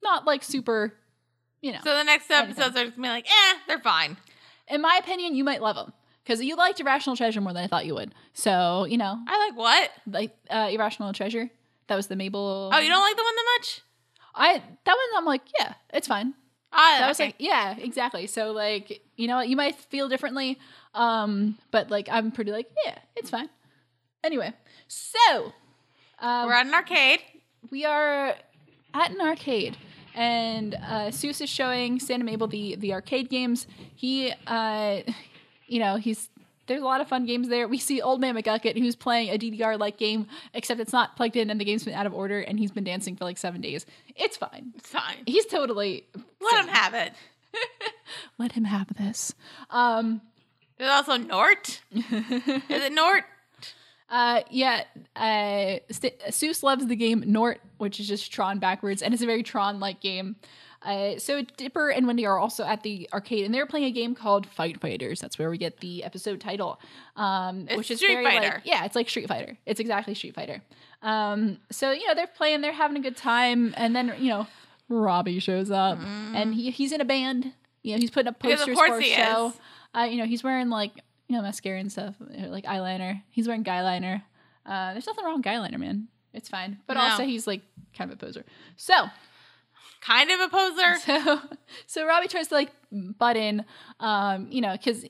Speaker 2: not like super, you know.
Speaker 1: So the next two episodes are just gonna be like, eh, they're fine.
Speaker 2: in my opinion, you might love them because you liked Irrational Treasure more than I thought you would. So you know,
Speaker 1: I like what?
Speaker 2: like uh, Irrational Treasure, that was the Mabel.
Speaker 1: Oh, you don't like the one that much?
Speaker 2: I that one I'm like, yeah, it's fine.
Speaker 1: I
Speaker 2: That was like, yeah, exactly. So like, you know, what, you might feel differently, um, but like, I'm pretty like, yeah, it's fine. Anyway, so um,
Speaker 1: we're at an arcade.
Speaker 2: we are at an arcade and uh Seuss is showing Santa Mabel the the arcade games. He uh you know, he's there's a lot of fun games there. We see old man McGucket who's playing a DDR like game, except it's not plugged in and the game's been out of order and he's been dancing for like seven days. It's fine.
Speaker 1: It's fine.
Speaker 2: He's totally
Speaker 1: Let him have it.
Speaker 2: let him have this. Um
Speaker 1: There's also Nort. Is it Nort?
Speaker 2: Uh, yeah. Uh, St- Seuss loves the game Nort, which is just Tron backwards, and it's a very Tron-like game. Uh, so Dipper and Wendy are also at the arcade, and they're playing a game called Fight Fighters. That's where we get the episode title, um,
Speaker 1: It's
Speaker 2: which is
Speaker 1: Street
Speaker 2: very
Speaker 1: Fighter.
Speaker 2: like yeah, it's like Street Fighter. It's exactly Street Fighter. Um, so you know they're playing, they're having a good time, and then you know Robbie shows up, and he he's in a band. You know he's putting up
Speaker 1: Mm. Because of
Speaker 2: posters
Speaker 1: course
Speaker 2: for a
Speaker 1: he
Speaker 2: show.
Speaker 1: is.
Speaker 2: Uh, you know, he's wearing like you know mascara and stuff, or, like eyeliner. He's wearing guy liner. Uh, there's nothing wrong with guy liner, man. It's fine. But
Speaker 1: No.
Speaker 2: also, he's like kind of a poser. So,
Speaker 1: Kind of a poser.
Speaker 2: so, so Robbie tries to like butt in, um, you know, because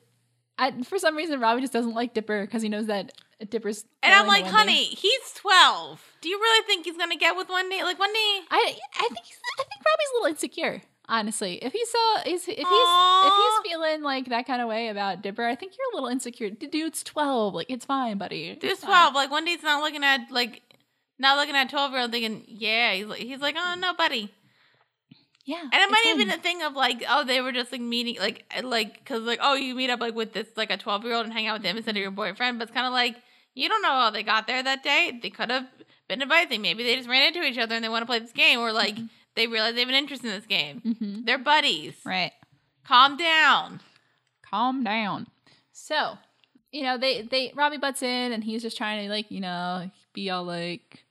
Speaker 2: for some reason Robbie just doesn't like Dipper because he knows that Dipper's.
Speaker 1: And I'm
Speaker 2: telling
Speaker 1: like,
Speaker 2: Wendy.
Speaker 1: honey, he's 12. Do you really think he's gonna get with Wendy? Like Wendy,
Speaker 2: I I think he's, I think Robbie's a little insecure. Honestly, if he's so is if he's
Speaker 1: Aw.
Speaker 2: if he's feeling like that kind of way about Dipper, I think you're a little insecure. D- Dude's twelve, like it's fine, buddy.
Speaker 1: dude's
Speaker 2: It's fine.
Speaker 1: 12. Like Wendy's not looking at like, not looking at 12 year old thinking, yeah. He's like, he's like, oh no, buddy.
Speaker 2: Yeah,
Speaker 1: And it
Speaker 2: it's
Speaker 1: might
Speaker 2: fine.
Speaker 1: have been a thing of like, oh, they were just like meeting, like, like, cause like, oh, you meet up like with this like a twelve year old and hang out with him instead of your boyfriend. But it's kind of like you don't know how they got there that day. They could have been invited. Maybe they just ran into each other and they want to play this game, or like
Speaker 2: Mm-hmm.
Speaker 1: they realize they have an interest in this game.
Speaker 2: Mhm.
Speaker 1: They're buddies.
Speaker 2: Right.
Speaker 1: Calm down.
Speaker 2: Calm down. So, you know, they they Robbie butts in and he's just trying to like, you know, be all like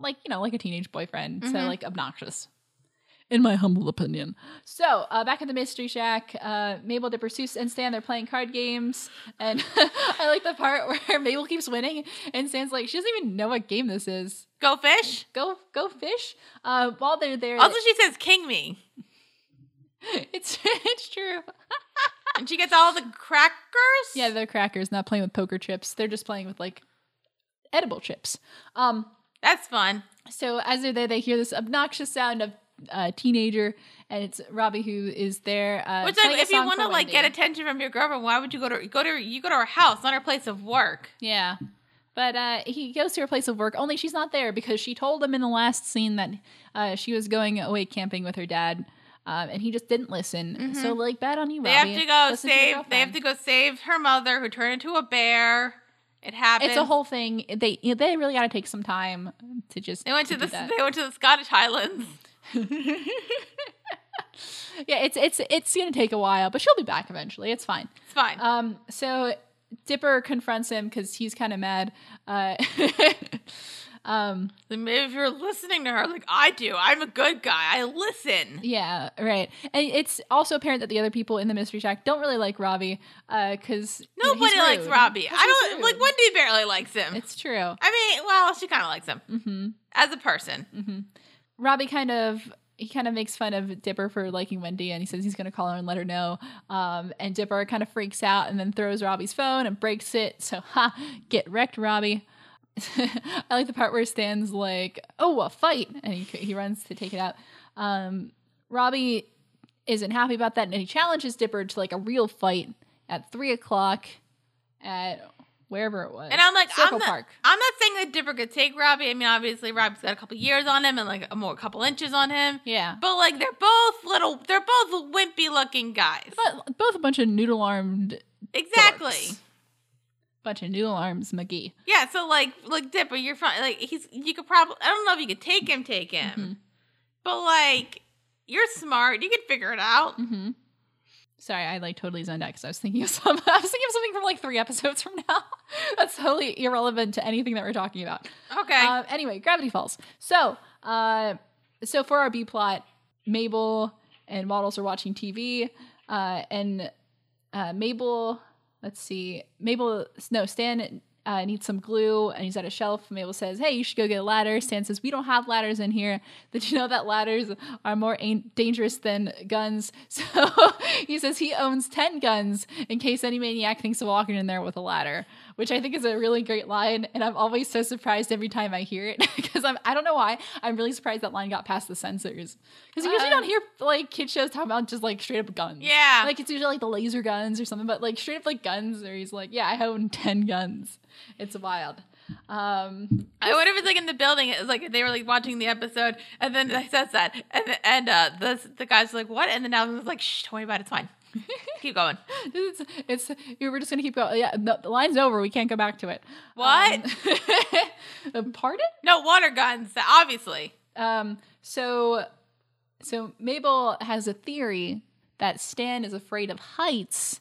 Speaker 2: like, you know, like a teenage boyfriend. So
Speaker 1: Mhm.
Speaker 2: like obnoxious. In my humble opinion. So, uh, back at the Mystery Shack, uh, Mabel, Dipper, Seuss, and Stan, they're playing card games. And I like the part where Mabel keeps winning, and Stan's like, she doesn't even know what game this is.
Speaker 1: Go fish.
Speaker 2: Go, go fish. Uh, while they're there,
Speaker 1: Also, she says "king me,"
Speaker 2: it's, it's true.
Speaker 1: and she gets all the crackers.
Speaker 2: Yeah, they're crackers, not playing with poker chips. They're just playing with like edible chips. Um,
Speaker 1: that's fun.
Speaker 2: so as they're there, they hear this obnoxious sound of a teenager, and it's Robbie who is there. Uh,
Speaker 1: Which,
Speaker 2: playing
Speaker 1: like,
Speaker 2: a
Speaker 1: if you
Speaker 2: song
Speaker 1: want
Speaker 2: for
Speaker 1: to like get
Speaker 2: Wendy.
Speaker 1: attention from your girlfriend, why would you go to go to you go to her house, not her place of work?
Speaker 2: yeah. But uh, he goes to her place of work. Only she's not there because she told him in the last scene that uh, she was going away camping with her dad, um, and he just didn't listen. So like, bad on you,
Speaker 1: Mm-hmm. They
Speaker 2: Robbie.
Speaker 1: have to go
Speaker 2: Listen to your
Speaker 1: save. they have
Speaker 2: girlfriend.
Speaker 1: to go save her mother, who turned into a bear. It happened.
Speaker 2: It's a whole thing. They they really got to take some time to just.
Speaker 1: They went to
Speaker 2: do
Speaker 1: the.
Speaker 2: that. Mm.
Speaker 1: They went to the Scottish Highlands.
Speaker 2: Yeah, it's it's it's gonna take a while, but she'll be back eventually. It's fine.
Speaker 1: It's fine.
Speaker 2: Um, so Dipper confronts him because he's kind of mad. Uh, um,
Speaker 1: And maybe if you're listening to her, like I do, I'm a good guy. I listen.
Speaker 2: yeah, right. And it's also apparent that the other people in the mystery shack don't really like uh, Robbie because
Speaker 1: Nobody likes Robbie. I don't like
Speaker 2: what.
Speaker 1: Wendy. Barely likes him.
Speaker 2: It's true.
Speaker 1: I mean, well, she kind of likes him
Speaker 2: hmm
Speaker 1: as a person.
Speaker 2: Mm-hmm. Robbie kind of he kind of makes fun of Dipper for liking Wendy, and he says he's going to call her and let her know. Um, and Dipper kind of freaks out and then throws Robbie's phone and breaks it. So ha, get wrecked, Robbie. I like the part where Stan's like, "Oh, a fight!" and he he runs to take it out. Um, Robbie isn't happy about that, and he challenges Dipper to like a real fight at three o'clock at wherever it was.
Speaker 1: And I'm like,
Speaker 2: Circle
Speaker 1: I'm not,
Speaker 2: Park.
Speaker 1: I'm not saying that Dipper could take Robbie. I mean, obviously, Robbie's got a couple years on him and like a more couple inches on him.
Speaker 2: Yeah,
Speaker 1: But like, they're both little, they're both wimpy looking guys.
Speaker 2: but both a bunch of noodle armed,
Speaker 1: exactly.
Speaker 2: dorks. bunch of noodle arms McGee.
Speaker 1: Yeah. So like, like Dipper, you're fine. Like he's, you could probably, I don't know if you could take him, take him. But like, you're smart. You could figure it out.
Speaker 2: Mm-hmm. Sorry, I like totally zoned out because I was thinking of some. I was thinking of something from like three episodes from now. That's totally irrelevant to anything that we're talking about.
Speaker 1: Okay.
Speaker 2: Um, anyway, Gravity Falls. So, uh, so for our B plot, Mabel and Waddles are watching TV, uh, and uh, Mabel, let's see, Mabel, no, Stan uh, needs some glue, and he's at a shelf. Mabel says, "Hey, you should go get a ladder." Stan says, "We don't have ladders in here. Did you know that ladders are more an- dangerous than guns?" So he says he owns ten guns in case any maniac thinks of walking in there with a ladder, which I think is a really great line, and I'm always so surprised every time I hear it because I'm I don't know why I'm really surprised that line got past the censors because you usually
Speaker 1: Um,
Speaker 2: don't hear like kid shows talking about just like straight up guns.
Speaker 1: yeah.
Speaker 2: Like it's usually like the laser guns or something, but like straight up like guns, or he's like, yeah, I own ten guns. It's wild. Um,
Speaker 1: I wonder if it's like in the building. It was like they were like watching the episode, and then I says that, and and uh, the the guys like what, and then Alvin was like, "Shh, don't worry about it. It's fine. Keep going."
Speaker 2: it's it's we we're just gonna keep going. Yeah, the, the line's over. We can't go back to it.
Speaker 1: What?
Speaker 2: Um, pardon?
Speaker 1: No water guns, obviously.
Speaker 2: Um, so so Mabel has a theory that Stan is afraid of heights,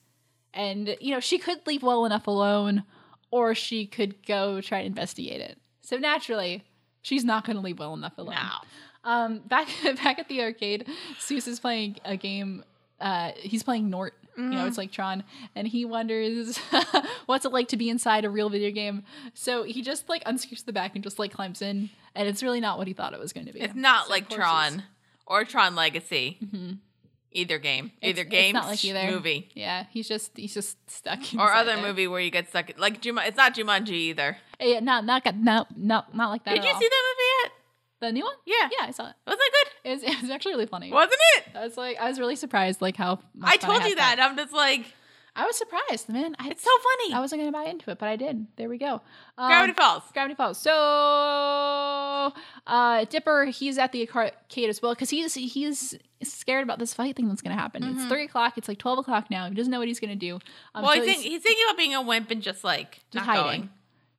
Speaker 2: and you know she could leave well enough alone, or she could go try to investigate it. So naturally, she's not going to leave well enough alone.
Speaker 1: Wow.
Speaker 2: Um, back back at the arcade, Seuss is playing a game. Uh, he's playing Nort. You
Speaker 1: Mm-hmm.
Speaker 2: know, it's like Tron, and he wonders what's it like to be inside a real video game. So he just like unscoops the back and just like climbs in, and it's really not what he thought it was going to be.
Speaker 1: It's not
Speaker 2: So
Speaker 1: like
Speaker 2: horses. Mm-hmm.
Speaker 1: Tron or Tron Legacy. Either game,
Speaker 2: It's-
Speaker 1: either
Speaker 2: it's
Speaker 1: game,
Speaker 2: not like either.
Speaker 1: movie,
Speaker 2: Yeah, he's just he's just stuck.
Speaker 1: or
Speaker 2: inside
Speaker 1: other
Speaker 2: there. Uh,
Speaker 1: movie where you get stuck. Like Juma, it's not Jumanji either.
Speaker 2: Yeah, not not got- no no not like that.
Speaker 1: Did
Speaker 2: at
Speaker 1: you
Speaker 2: all.
Speaker 1: see that movie
Speaker 2: the new one?
Speaker 1: yet? Yeah.
Speaker 2: Yeah, I saw it.
Speaker 1: Wasn't it
Speaker 2: It was, it was actually really funny.
Speaker 1: good? Wasn't it?
Speaker 2: I was like, I was really surprised, like how much
Speaker 1: I
Speaker 2: fun
Speaker 1: told
Speaker 2: had
Speaker 1: you
Speaker 2: time.
Speaker 1: that. I'm just like,
Speaker 2: I was surprised, man. I,
Speaker 1: it's so funny.
Speaker 2: I wasn't gonna buy into it, but I did. There we go. Um,
Speaker 1: Gravity Falls.
Speaker 2: Gravity Falls. So, uh, Dipper, he's at the arcade as well because he's he's scared about this fight thing that's gonna happen. It's three o'clock. It's like twelve o'clock now. He doesn't know what he's gonna do. Um,
Speaker 1: Mm-hmm. Well,
Speaker 2: so
Speaker 1: he's, think,
Speaker 2: he's
Speaker 1: he's thinking about being a wimp and just like not
Speaker 2: just hiding.
Speaker 1: going.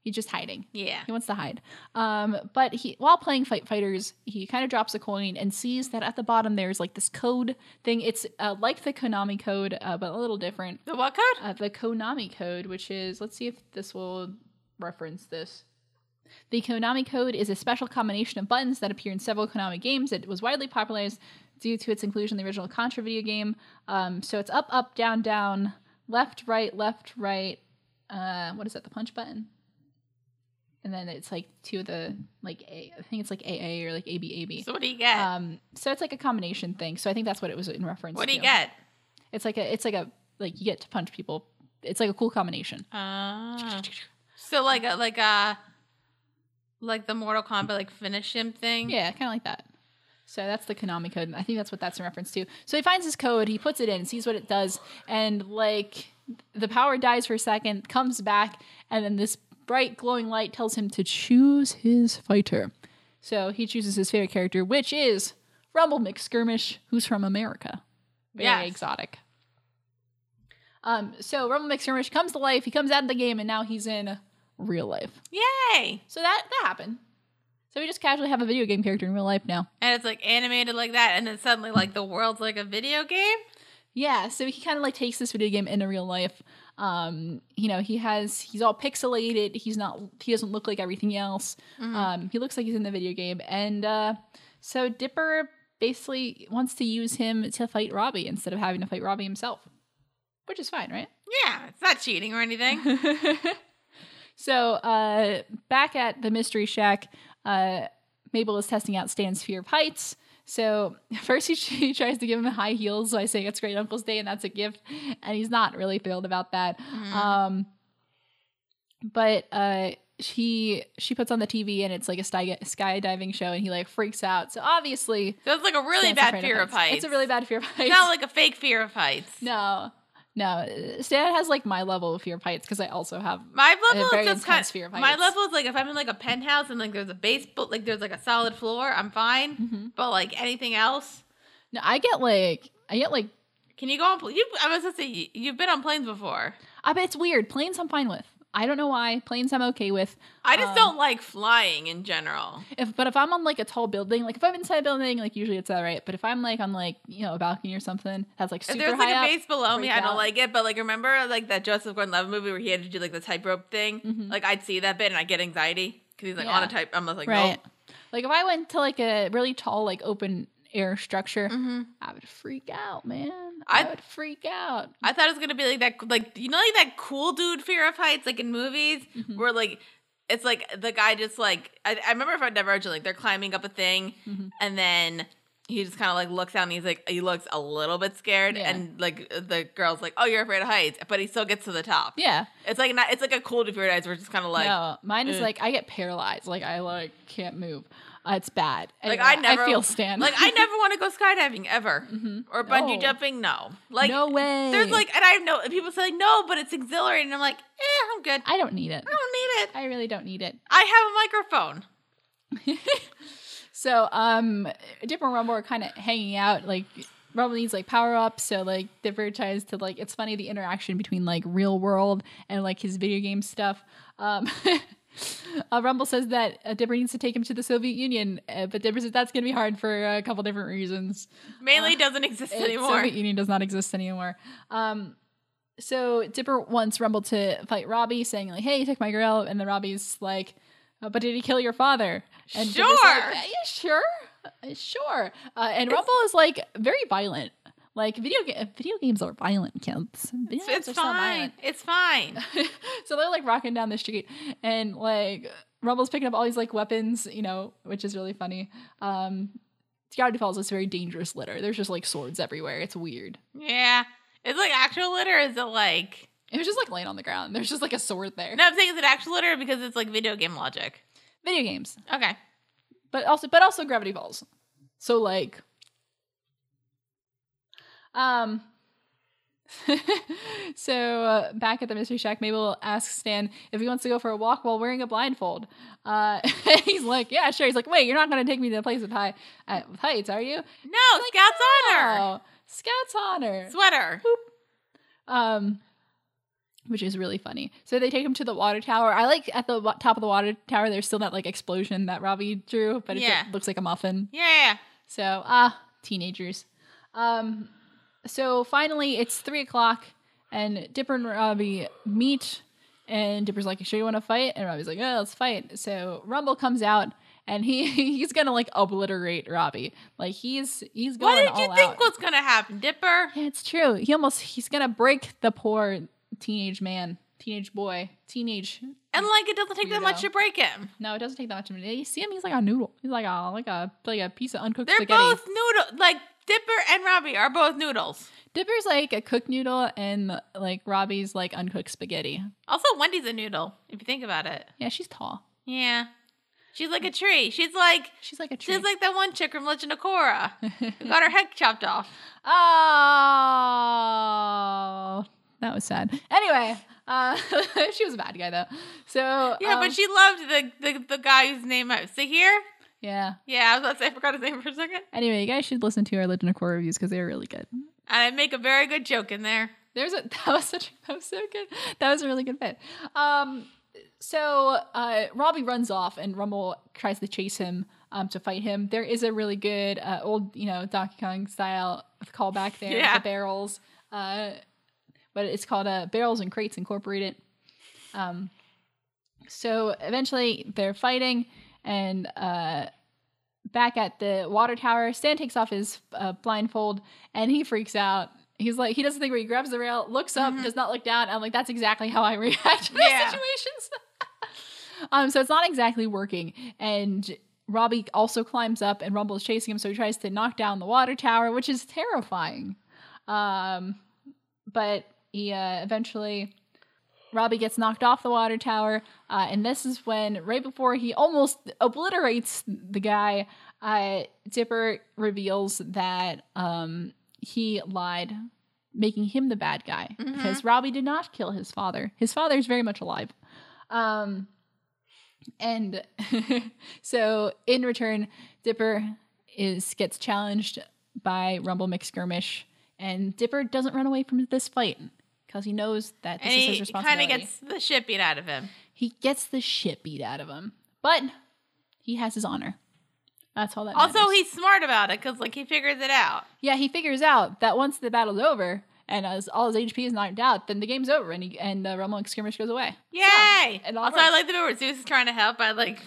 Speaker 2: He's just hiding.
Speaker 1: Yeah.
Speaker 2: He wants to hide. Um, but he while playing Fight Fighters, he kind of drops a coin and sees that at the bottom there's like this code thing. It's uh, like the Konami code, uh, but a little different.
Speaker 1: The what code?
Speaker 2: uh, the Konami code, which is, let's see if this will reference this. The Konami code is a special combination of buttons that appear in several Konami games. It was widely popularized due to its inclusion in the original Contra video game. Um, so it's up, up, down, down, left, right, left, right. Uh, what is that? The punch button. And then it's like two of the like A. I think it's like AA or like ABAB.
Speaker 1: So what do you get?
Speaker 2: Um, so it's like a combination thing. So I think that's what it was in reference.
Speaker 1: what do you
Speaker 2: to.
Speaker 1: get?
Speaker 2: It's like a it's like a like you get to punch people. It's like a cool combination.
Speaker 1: Ah. so like a like a like the Mortal Kombat like finish him thing.
Speaker 2: Yeah, kind of like that. So that's the Konami code. and I think that's what that's in reference to. So he finds his code, he puts it in, sees what it does, and like the power dies for a second, comes back, and then this bright glowing light tells him to choose his fighter. So he chooses his favorite character, which is Rumble McSkirmish, who's from America. Very
Speaker 1: Yes.
Speaker 2: exotic. Um, so Rumble McSkirmish comes to life, he comes out of the game, and now he's in real life.
Speaker 1: Yay!
Speaker 2: So that that happened. So we just casually have a video game character in real life now.
Speaker 1: And it's like animated like that, and then suddenly like the world's like a video game.
Speaker 2: Yeah, so he kind of like takes this video game into real life. Um, you know, he has he's all pixelated. He's not he doesn't look like everything else. Um, he looks like he's in the video game, and uh, so Dipper basically wants to use him to fight Robbie instead of having to fight Robbie himself, which is fine, right?
Speaker 1: Yeah, it's not cheating or anything.
Speaker 2: so uh, back at the mystery shack, uh, Mabel is testing out Stan's fear of heights. So first he, she tries to give him high heels by saying it's Great Uncle's Day and that's a gift,
Speaker 1: Mm-hmm.
Speaker 2: and he's not really thrilled about that. Um, but uh, she she puts on the TV and it's like a sky, skydiving show and he like freaks out. So obviously,
Speaker 1: That's like a really
Speaker 2: Stan's
Speaker 1: bad
Speaker 2: afraid
Speaker 1: fear of heights.
Speaker 2: It's a really bad fear of heights.
Speaker 1: Not like a fake fear of heights.
Speaker 2: no, no. Stan has like my level of fear of heights because I also have.
Speaker 1: My
Speaker 2: a
Speaker 1: level
Speaker 2: very
Speaker 1: is just
Speaker 2: intense
Speaker 1: kind
Speaker 2: fear of
Speaker 1: my
Speaker 2: heights.
Speaker 1: level is like if I'm in like a penthouse and like there's a base, but like there's like a solid floor, I'm fine.
Speaker 2: Mm-hmm.
Speaker 1: But like anything else,
Speaker 2: No, I get like I get like.
Speaker 1: can you go on? pl- You, I was gonna say you, you've been on planes before.
Speaker 2: I bet it's weird. Planes, I'm fine with. I don't know why. Planes, I'm okay with.
Speaker 1: I just
Speaker 2: Um,
Speaker 1: don't like flying in general.
Speaker 2: If but if I'm on like a tall building, like if I'm inside a building, like usually it's all right. But if I'm like on like you know a balcony or something that's like
Speaker 1: If
Speaker 2: super
Speaker 1: there's like
Speaker 2: high
Speaker 1: a
Speaker 2: up,
Speaker 1: base below me,
Speaker 2: freak
Speaker 1: I don't
Speaker 2: out.
Speaker 1: like it. But like remember like that Joseph Gordon-Levitt movie where he had to do like the tightrope thing. Like I'd see that bit and I get anxiety because he's like on
Speaker 2: Mm-hmm. Yeah.
Speaker 1: a type. I'm just like
Speaker 2: right?
Speaker 1: nope.
Speaker 2: Like if I went to like a really tall like open air structure,
Speaker 1: Mm-hmm.
Speaker 2: I would freak out, man. I,
Speaker 1: I-
Speaker 2: would freak out.
Speaker 1: I thought it was gonna be like that, like you know, like that cool dude fear of heights, like in movies,
Speaker 2: Mm-hmm.
Speaker 1: where like it's like the guy just like I, I remember from Divergent, like they're climbing up a thing,
Speaker 2: Mm-hmm.
Speaker 1: and then he just kind of like looks down, and he's like he looks a little bit scared,
Speaker 2: Yeah.
Speaker 1: and like the girl's like, "Oh, you're afraid of heights," but he still gets to the top.
Speaker 2: Yeah.
Speaker 1: It's like not, it's like a cool dude fear of heights, where it's just kind of like.
Speaker 2: no, mine is
Speaker 1: eh.
Speaker 2: like I get paralyzed. Like I like can't move. Uh, it's bad.
Speaker 1: Like
Speaker 2: Anyway,
Speaker 1: I never
Speaker 2: I feel Stan. Mm-hmm.
Speaker 1: Like I never want to go skydiving ever, or bungee
Speaker 2: No.
Speaker 1: jumping. No, like
Speaker 2: no way.
Speaker 1: There's like, and I know people say like, no, but it's exhilarating. I'm like, eh, I'm good.
Speaker 2: I don't need it.
Speaker 1: I don't need it.
Speaker 2: I really don't need it.
Speaker 1: I have a microphone.
Speaker 2: So, um, Dipper and Rumble are kind of hanging out. Like, Rumble needs like power up. So, like, Dipper tries to like. It's funny the interaction between like real world and like his video game stuff. Um, uh, Rumble says that uh, Dipper needs to take him to the Soviet Union, uh, but Dipper says that's gonna be hard for a couple different reasons. Uh,
Speaker 1: Mainly doesn't exist
Speaker 2: The
Speaker 1: anymore.
Speaker 2: Soviet Union does not exist anymore. Um, so Dipper wants Rumble to fight Robbie, saying like, "Hey, you took my girl," and then Robbie's like, "Uh, "But did he kill your father?" And Dipper's
Speaker 1: Sure.
Speaker 2: like, "Uh, yeah, sure, Uh, sure. Uh, and Rumble is like very violent. Like video ga- video games are violent, kids. Video games
Speaker 1: It's
Speaker 2: are so violent
Speaker 1: fine. It's fine.
Speaker 2: so they're like rocking down the street and like Rumble's picking up all these like weapons, you know, which is really funny. Um Gravity Falls is very dangerous litter. There's just like swords everywhere. It's weird.
Speaker 1: Yeah. It's like actual litter. Is it like?
Speaker 2: It was just like laying on the ground. There's just like a sword there.
Speaker 1: No, I'm saying is it actual litter because it's like video game logic.
Speaker 2: Video games.
Speaker 1: Okay.
Speaker 2: But also but also Gravity Falls. So like um so uh, back at the mystery shack mabel asks stan if he wants to go for a walk while wearing a blindfold uh, he's like yeah sure he's like wait you're not going to take me to the place with high at, with heights are you
Speaker 1: No, Scout's honor
Speaker 2: oh scout's honor
Speaker 1: sweater.
Speaker 2: um which is really funny so they take him to the water tower i like at the wa- top of the water tower there's still that like explosion that robbie drew but it
Speaker 1: Yeah.
Speaker 2: just looks like a muffin
Speaker 1: Yeah, yeah.
Speaker 2: so, ah, teenagers. Um, so finally, it's three o'clock, and Dipper and Robbie meet. And Dipper's like, "You sure you want to fight?" And Robbie's like, "Yeah, let's fight." So Rumble comes out, and he he's gonna like obliterate Robbie. Like he's he's going
Speaker 1: What did
Speaker 2: all
Speaker 1: you think
Speaker 2: out.
Speaker 1: was gonna happen, Dipper?
Speaker 2: Yeah, it's true. He almost he's gonna break the poor teenage man, teenage boy, teenage.
Speaker 1: And like, it doesn't take that much
Speaker 2: Weirdo.
Speaker 1: to break him.
Speaker 2: No, it doesn't take that much. You see him? He's like a noodle. He's like a like a like a piece of uncooked
Speaker 1: They're
Speaker 2: spaghetti.
Speaker 1: both noodle. Like Dipper and Robbie are both noodles.
Speaker 2: Dipper's like a cooked noodle, and like Robbie's like uncooked spaghetti.
Speaker 1: Also, Wendy's a noodle. If you think about it.
Speaker 2: Yeah, she's tall.
Speaker 1: Yeah. She's like a tree. She's like
Speaker 2: She's like a tree.
Speaker 1: she's like that one chick from Legend of Korra who got her head chopped off.
Speaker 2: oh, that was sad. Anyway, uh, she was a bad guy though. So
Speaker 1: Yeah,
Speaker 2: um,
Speaker 1: but she loved the, the the guy whose name I Sahir.
Speaker 2: yeah.
Speaker 1: Yeah, I was about to say I forgot his name for a second.
Speaker 2: Anyway, you guys should listen to our Legend of Korra reviews because they're really good.
Speaker 1: And I make a very good joke in there.
Speaker 2: There's a that was such that was so good. That was a really good bit. Um, so uh, Robbie runs off, and Rumble tries to chase him um, to fight him. There is a really good uh, old, you know, Donkey Kong style callback there,
Speaker 1: Yeah.
Speaker 2: the barrels. Uh, but it's called uh, Barrels and Crates Incorporated. Um, so eventually they're fighting, and uh, back at the water tower, Stan takes off his uh, blindfold and he freaks out. He's like, he does the thing where he grabs the rail, looks up, does not look down. I'm like, that's exactly how I react to those
Speaker 1: Yeah.
Speaker 2: situations. um, so it's not exactly working. And Robbie also climbs up, and Rumble's chasing him, so he tries to knock down the water tower, which is terrifying. Um, but he uh, eventually Robbie gets knocked off the water tower, uh, and this is when, right before he almost obliterates the guy, uh, Dipper reveals that um, he lied, making him the bad guy
Speaker 1: Mm-hmm.
Speaker 2: because Robbie did not kill his father. His father is very much alive. Um, and so, in return, Dipper is gets challenged by Rumble McSkirmish, and Dipper doesn't run away from this fight because he knows that this
Speaker 1: and
Speaker 2: is his
Speaker 1: he kind
Speaker 2: responsibility.
Speaker 1: of gets the shit beat out of him.
Speaker 2: he gets the shit beat out of him, but he has his honor. That's all that.
Speaker 1: Also,
Speaker 2: matters.
Speaker 1: he's smart about it because like he figures it out.
Speaker 2: yeah he figures out that once the battle's over and as all his HP is knocked out, then the game's over and he, and uh, Rumble Skirmish goes away.
Speaker 1: Yay!
Speaker 2: it all
Speaker 1: also, I
Speaker 2: works.
Speaker 1: like the bit where Zeus is trying to help by like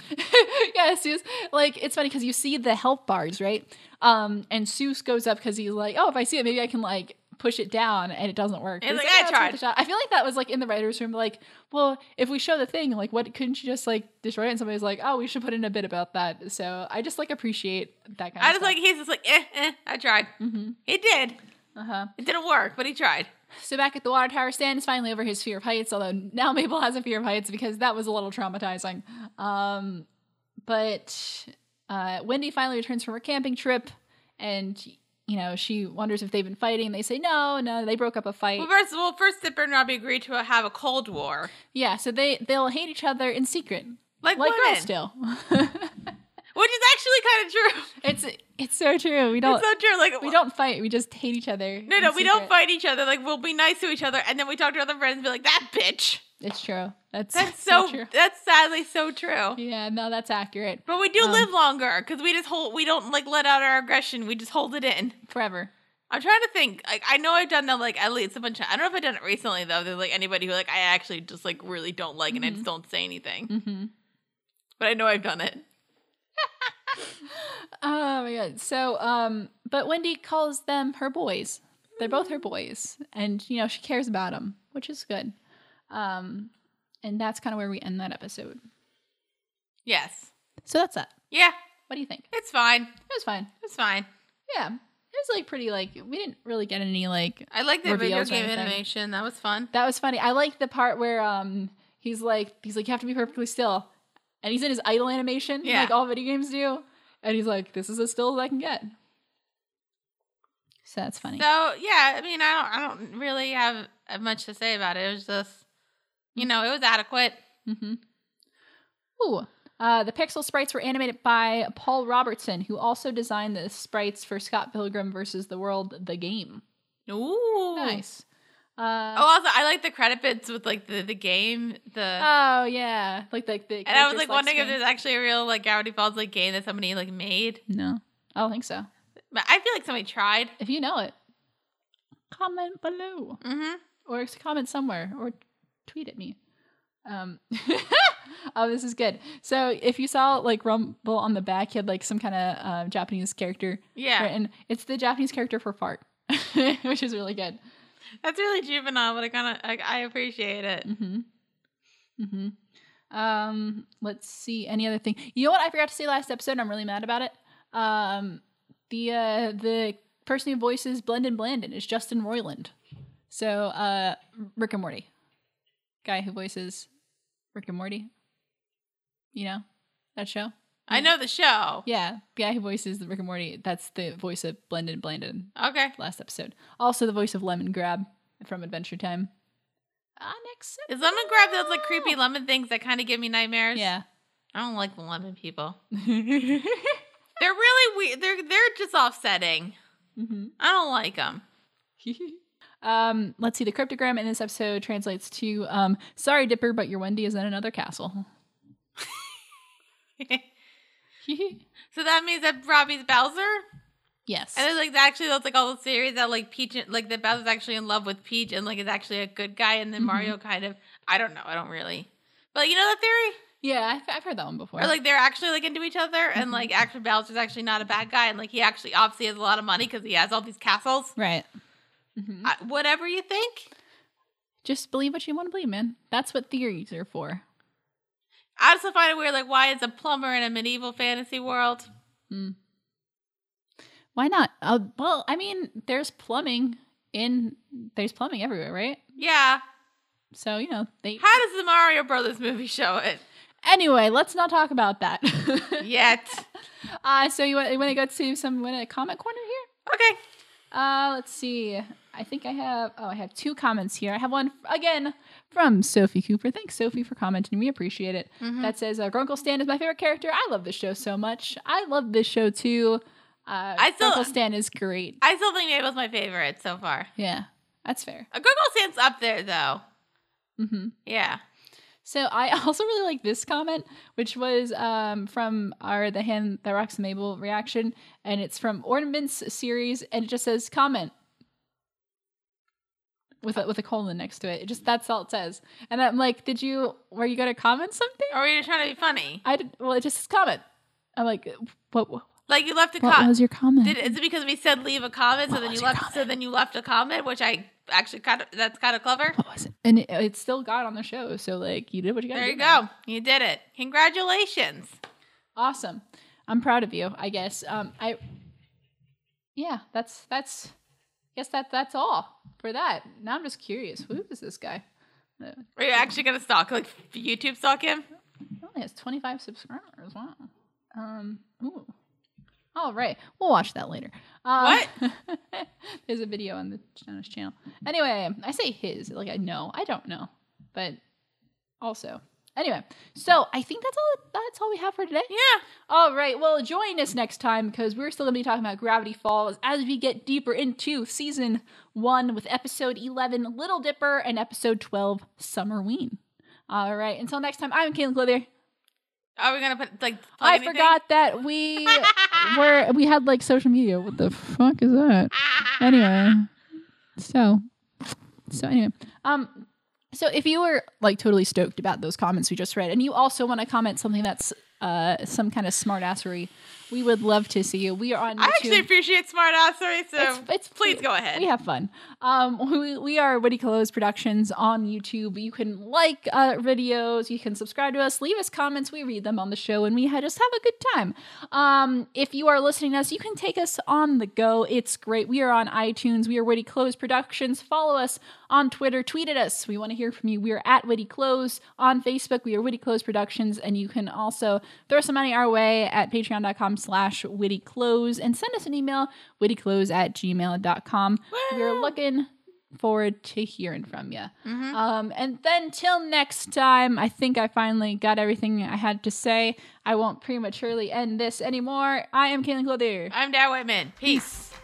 Speaker 2: yeah, Seuss. Like it's funny because you see the health bars, right? Um, and Seuss goes up because he's like, oh, if I see it, maybe I can like push it down, and it doesn't work.
Speaker 1: He's
Speaker 2: But
Speaker 1: like,
Speaker 2: "Oh,
Speaker 1: "I
Speaker 2: it's worth
Speaker 1: tried."
Speaker 2: a shot." I feel like that was like in the writers' room. Like, well, if we show the thing, like, what couldn't you just like destroy it? And somebody's like, oh, we should put in a bit about that. So I just like appreciate that kind.
Speaker 1: I
Speaker 2: of
Speaker 1: just like he's just like eh, eh, I tried. Mm-hmm. He did.
Speaker 2: uh huh.
Speaker 1: It didn't work, but he tried.
Speaker 2: So back at the water tower, Stan is finally over his fear of heights, although now Mabel has a fear of heights because that was a little traumatizing. Um, but uh, Wendy finally returns from her camping trip and, you know, she wonders if they've been fighting. They say, no, no, they broke up a fight.
Speaker 1: Well, first, well, first Dipper and Robbie agree to have a cold war,
Speaker 2: yeah, so they, they'll hate each other in secret.
Speaker 1: like,
Speaker 2: Like
Speaker 1: women,
Speaker 2: girls still.
Speaker 1: which is actually kind of true.
Speaker 2: it's it's so true. We don't
Speaker 1: It's so true. Like
Speaker 2: we don't fight. We just hate each other.
Speaker 1: No,
Speaker 2: in
Speaker 1: no, we don't
Speaker 2: secret.
Speaker 1: fight each other. Like we'll be nice to each other, and then we talk to other friends and be like, "That bitch."
Speaker 2: It's true. That's
Speaker 1: That's
Speaker 2: so
Speaker 1: so.
Speaker 2: true.
Speaker 1: That's sadly so true.
Speaker 2: Yeah, no, that's accurate.
Speaker 1: But we do
Speaker 2: Um,
Speaker 1: live longer because we just hold. We don't like let out our aggression. We just hold it in.
Speaker 2: Forever.
Speaker 1: I'm trying to think. Like I know I've done that. Like at least a bunch. Of, I don't know if I've done it recently though. There's like anybody who like I actually just like really don't like, and I just don't say anything.
Speaker 2: Mm-hmm.
Speaker 1: But I know I've done it.
Speaker 2: Oh my god. So um but Wendy calls them her boys. They're both her boys and you know she cares about them, which is good. Um and that's kind of where we end that episode.
Speaker 1: Yes.
Speaker 2: So that's that.
Speaker 1: Yeah.
Speaker 2: What do you think?
Speaker 1: It's fine.
Speaker 2: It was fine.
Speaker 1: It's fine.
Speaker 2: Yeah. It was like pretty like we didn't really get any like
Speaker 1: I like the
Speaker 2: Reveals or
Speaker 1: video game
Speaker 2: anything.
Speaker 1: animation. That was fun.
Speaker 2: That was funny. I like the part where um he's like he's like you have to be perfectly still. And he's in his idle animation
Speaker 1: Yeah.
Speaker 2: like all video games do. And he's like this is as still as I can get. So that's funny.
Speaker 1: So yeah, I mean, I don't, I don't really have uh, much to say about it. It was just, you know, it was adequate.
Speaker 2: Mm-hmm. Ooh. Uh, the pixel sprites were animated by Paul Robertson, who also designed the sprites for Scott Pilgrim versus the World, the game.
Speaker 1: Ooh,
Speaker 2: Nice. Uh,
Speaker 1: Oh, also, I like the credit bits with like the the game. The
Speaker 2: oh yeah, like like the.
Speaker 1: and I was
Speaker 2: characters
Speaker 1: like
Speaker 2: lock
Speaker 1: wondering if
Speaker 2: screen.
Speaker 1: there's actually a real like Gravity Falls like game that somebody like made.
Speaker 2: No, I don't think so.
Speaker 1: But I feel like somebody tried.
Speaker 2: If you know it, comment below
Speaker 1: Mm-hmm.
Speaker 2: or s- comment somewhere or tweet at me. Um, oh, this is good. So if you saw like Rumble on the back, he had like some kind of uh, Japanese character
Speaker 1: Yeah,
Speaker 2: Right, and it's the Japanese character for fart, which is really good.
Speaker 1: that's really juvenile, but I kind of I, I appreciate it.
Speaker 2: hmm hmm Um, let's see any other thing. You know what I forgot to say last episode? and I'm really mad about it. Um, the uh, the person who voices Blendon Blandon is Justin Roiland. So uh, Rick and Morty, guy who voices Rick and Morty. You know that show?
Speaker 1: I know the show.
Speaker 2: Yeah, the guy who voices the Rick and Morty. That's the voice of Blendon Blandon.
Speaker 1: Okay,
Speaker 2: last episode. Also, the voice of Lemon Grab from Adventure Time. Ah, next.
Speaker 1: is lemon grab those like creepy lemon things that kind of give me nightmares?
Speaker 2: Yeah.
Speaker 1: I don't like the lemon people.
Speaker 2: mm-hmm.
Speaker 1: They're really weird. They're they're just offsetting. I don't like them.
Speaker 2: Mm-hmm. um, let's see. The cryptogram in this episode translates to um, "Sorry, Dipper, but your Wendy is in another castle."
Speaker 1: so that means that Robbie's Bowser,
Speaker 2: yes.
Speaker 1: and it's like actually that's like all the series that like Peach, like that Bowser's actually in love with Peach, and like is actually a good guy, and then
Speaker 2: Mhm.
Speaker 1: Mario kind of I don't know, I don't really, but like, you know that theory,
Speaker 2: Yeah, I've, I've heard that one before.
Speaker 1: or like they're actually like into each other, and like actually Bowser's actually not a bad guy, and like he actually obviously has a lot of money because he has all these castles.
Speaker 2: right. Mhm.
Speaker 1: I, whatever you think,
Speaker 2: Just believe what you want to believe, man. That's what theories are for.
Speaker 1: I also find it weird. Like, why is a plumber in a medieval fantasy world?
Speaker 2: Why not? Uh, well, I mean, there's plumbing in. There's plumbing everywhere, right?
Speaker 1: Yeah,
Speaker 2: So you know they.
Speaker 1: How does the Mario Brothers movie show it?
Speaker 2: Anyway, let's not talk about that.
Speaker 1: Yet.
Speaker 2: uh, so you want, you want to go to some want a comment corner here?
Speaker 1: Okay.
Speaker 2: Uh, let's see. I think I have. Oh, I have two comments here. I have one again from Sophie Cooper. Thanks, Sophie, for commenting. We appreciate it.
Speaker 1: Mm-hmm.
Speaker 2: That says, uh, "Grunkle Stan is my favorite character. I love this show so much. I love this show too. Uh,
Speaker 1: I still-
Speaker 2: Grunkle Stan is great.
Speaker 1: I still think Mabel's my favorite so far.
Speaker 2: Yeah, that's fair.
Speaker 1: A Good Girl Stand's up there though.
Speaker 2: hmm
Speaker 1: Yeah.
Speaker 2: So I also really like this comment, which was um, from our the hand that rocks the Mabel reaction, and it's from Ornaments series, and it just says comment with a, with a colon next to it. It just that's all it says, and I'm like, did you were you gonna comment something?
Speaker 1: Or were you trying to be funny?
Speaker 2: I did, well, it just says comment. I'm like, what what,
Speaker 1: Like you left a
Speaker 2: what
Speaker 1: comment.
Speaker 2: was your comment?
Speaker 1: Did, is it because we said leave a comment, so
Speaker 2: What
Speaker 1: then
Speaker 2: was
Speaker 1: you
Speaker 2: your
Speaker 1: left? So then you left a comment, which I actually kind of that's kind of clever.
Speaker 2: what was it? And it, it still got on the show, so like you did what you got.
Speaker 1: There you go. You did it. Congratulations.
Speaker 2: Awesome. I'm proud of you, I guess. Um I Yeah, that's that's I guess that that's all for that. Now I'm just curious. Who is this guy? Uh,
Speaker 1: Are you actually gonna stalk like YouTube stalk him?
Speaker 2: he only has 25 subscribers. Wow. Um ooh. All right. We'll watch that later. Um, what? there's a video on the on his channel. Anyway, I say his, like I know. I don't know. But also. Anyway, so I think that's all that's all we have for today.
Speaker 1: Yeah.
Speaker 2: All right. Well, join us next time because we're still going to be talking about Gravity Falls as we get deeper into season one with episode 11, Little Dipper, and episode 12, Summerween. All right. Until next time, I'm Caitlin Glither.
Speaker 1: Are we gonna put like? plug
Speaker 2: Oh, I
Speaker 1: anything?
Speaker 2: forgot that we were we had like social media. What the fuck is that? Anyway, so so anyway, um, so if you were like totally stoked about those comments we just read, and you also want to comment something that's uh some kind of smartassery, we would love to see you. We are on.
Speaker 1: I actually
Speaker 2: YouTube.
Speaker 1: appreciate smart ass sorry, so
Speaker 2: It's- it's-
Speaker 1: please go ahead.
Speaker 2: We have fun. Um, we, we are Witty Close Productions on YouTube. You can like uh, videos, you can subscribe to us, leave us comments. We read them on the show, and we ha- just have a good time. Um, if you are listening to us, you can take us on the go. It's great. We are on iTunes. We are Witty Close Productions. Follow us on Twitter. Tweet at us. We want to hear from you. We are at Witty Close on Facebook. We are Witty Close Productions, and you can also throw some money our way at patreon.com slash witty close and send us an email wittyclose at gmail.com we're looking forward to hearing from you um, and then till next time i think i finally got everything i had to say i won't prematurely end this anymore i am caitlin clothier
Speaker 1: I'm Dad Whitman. Peace.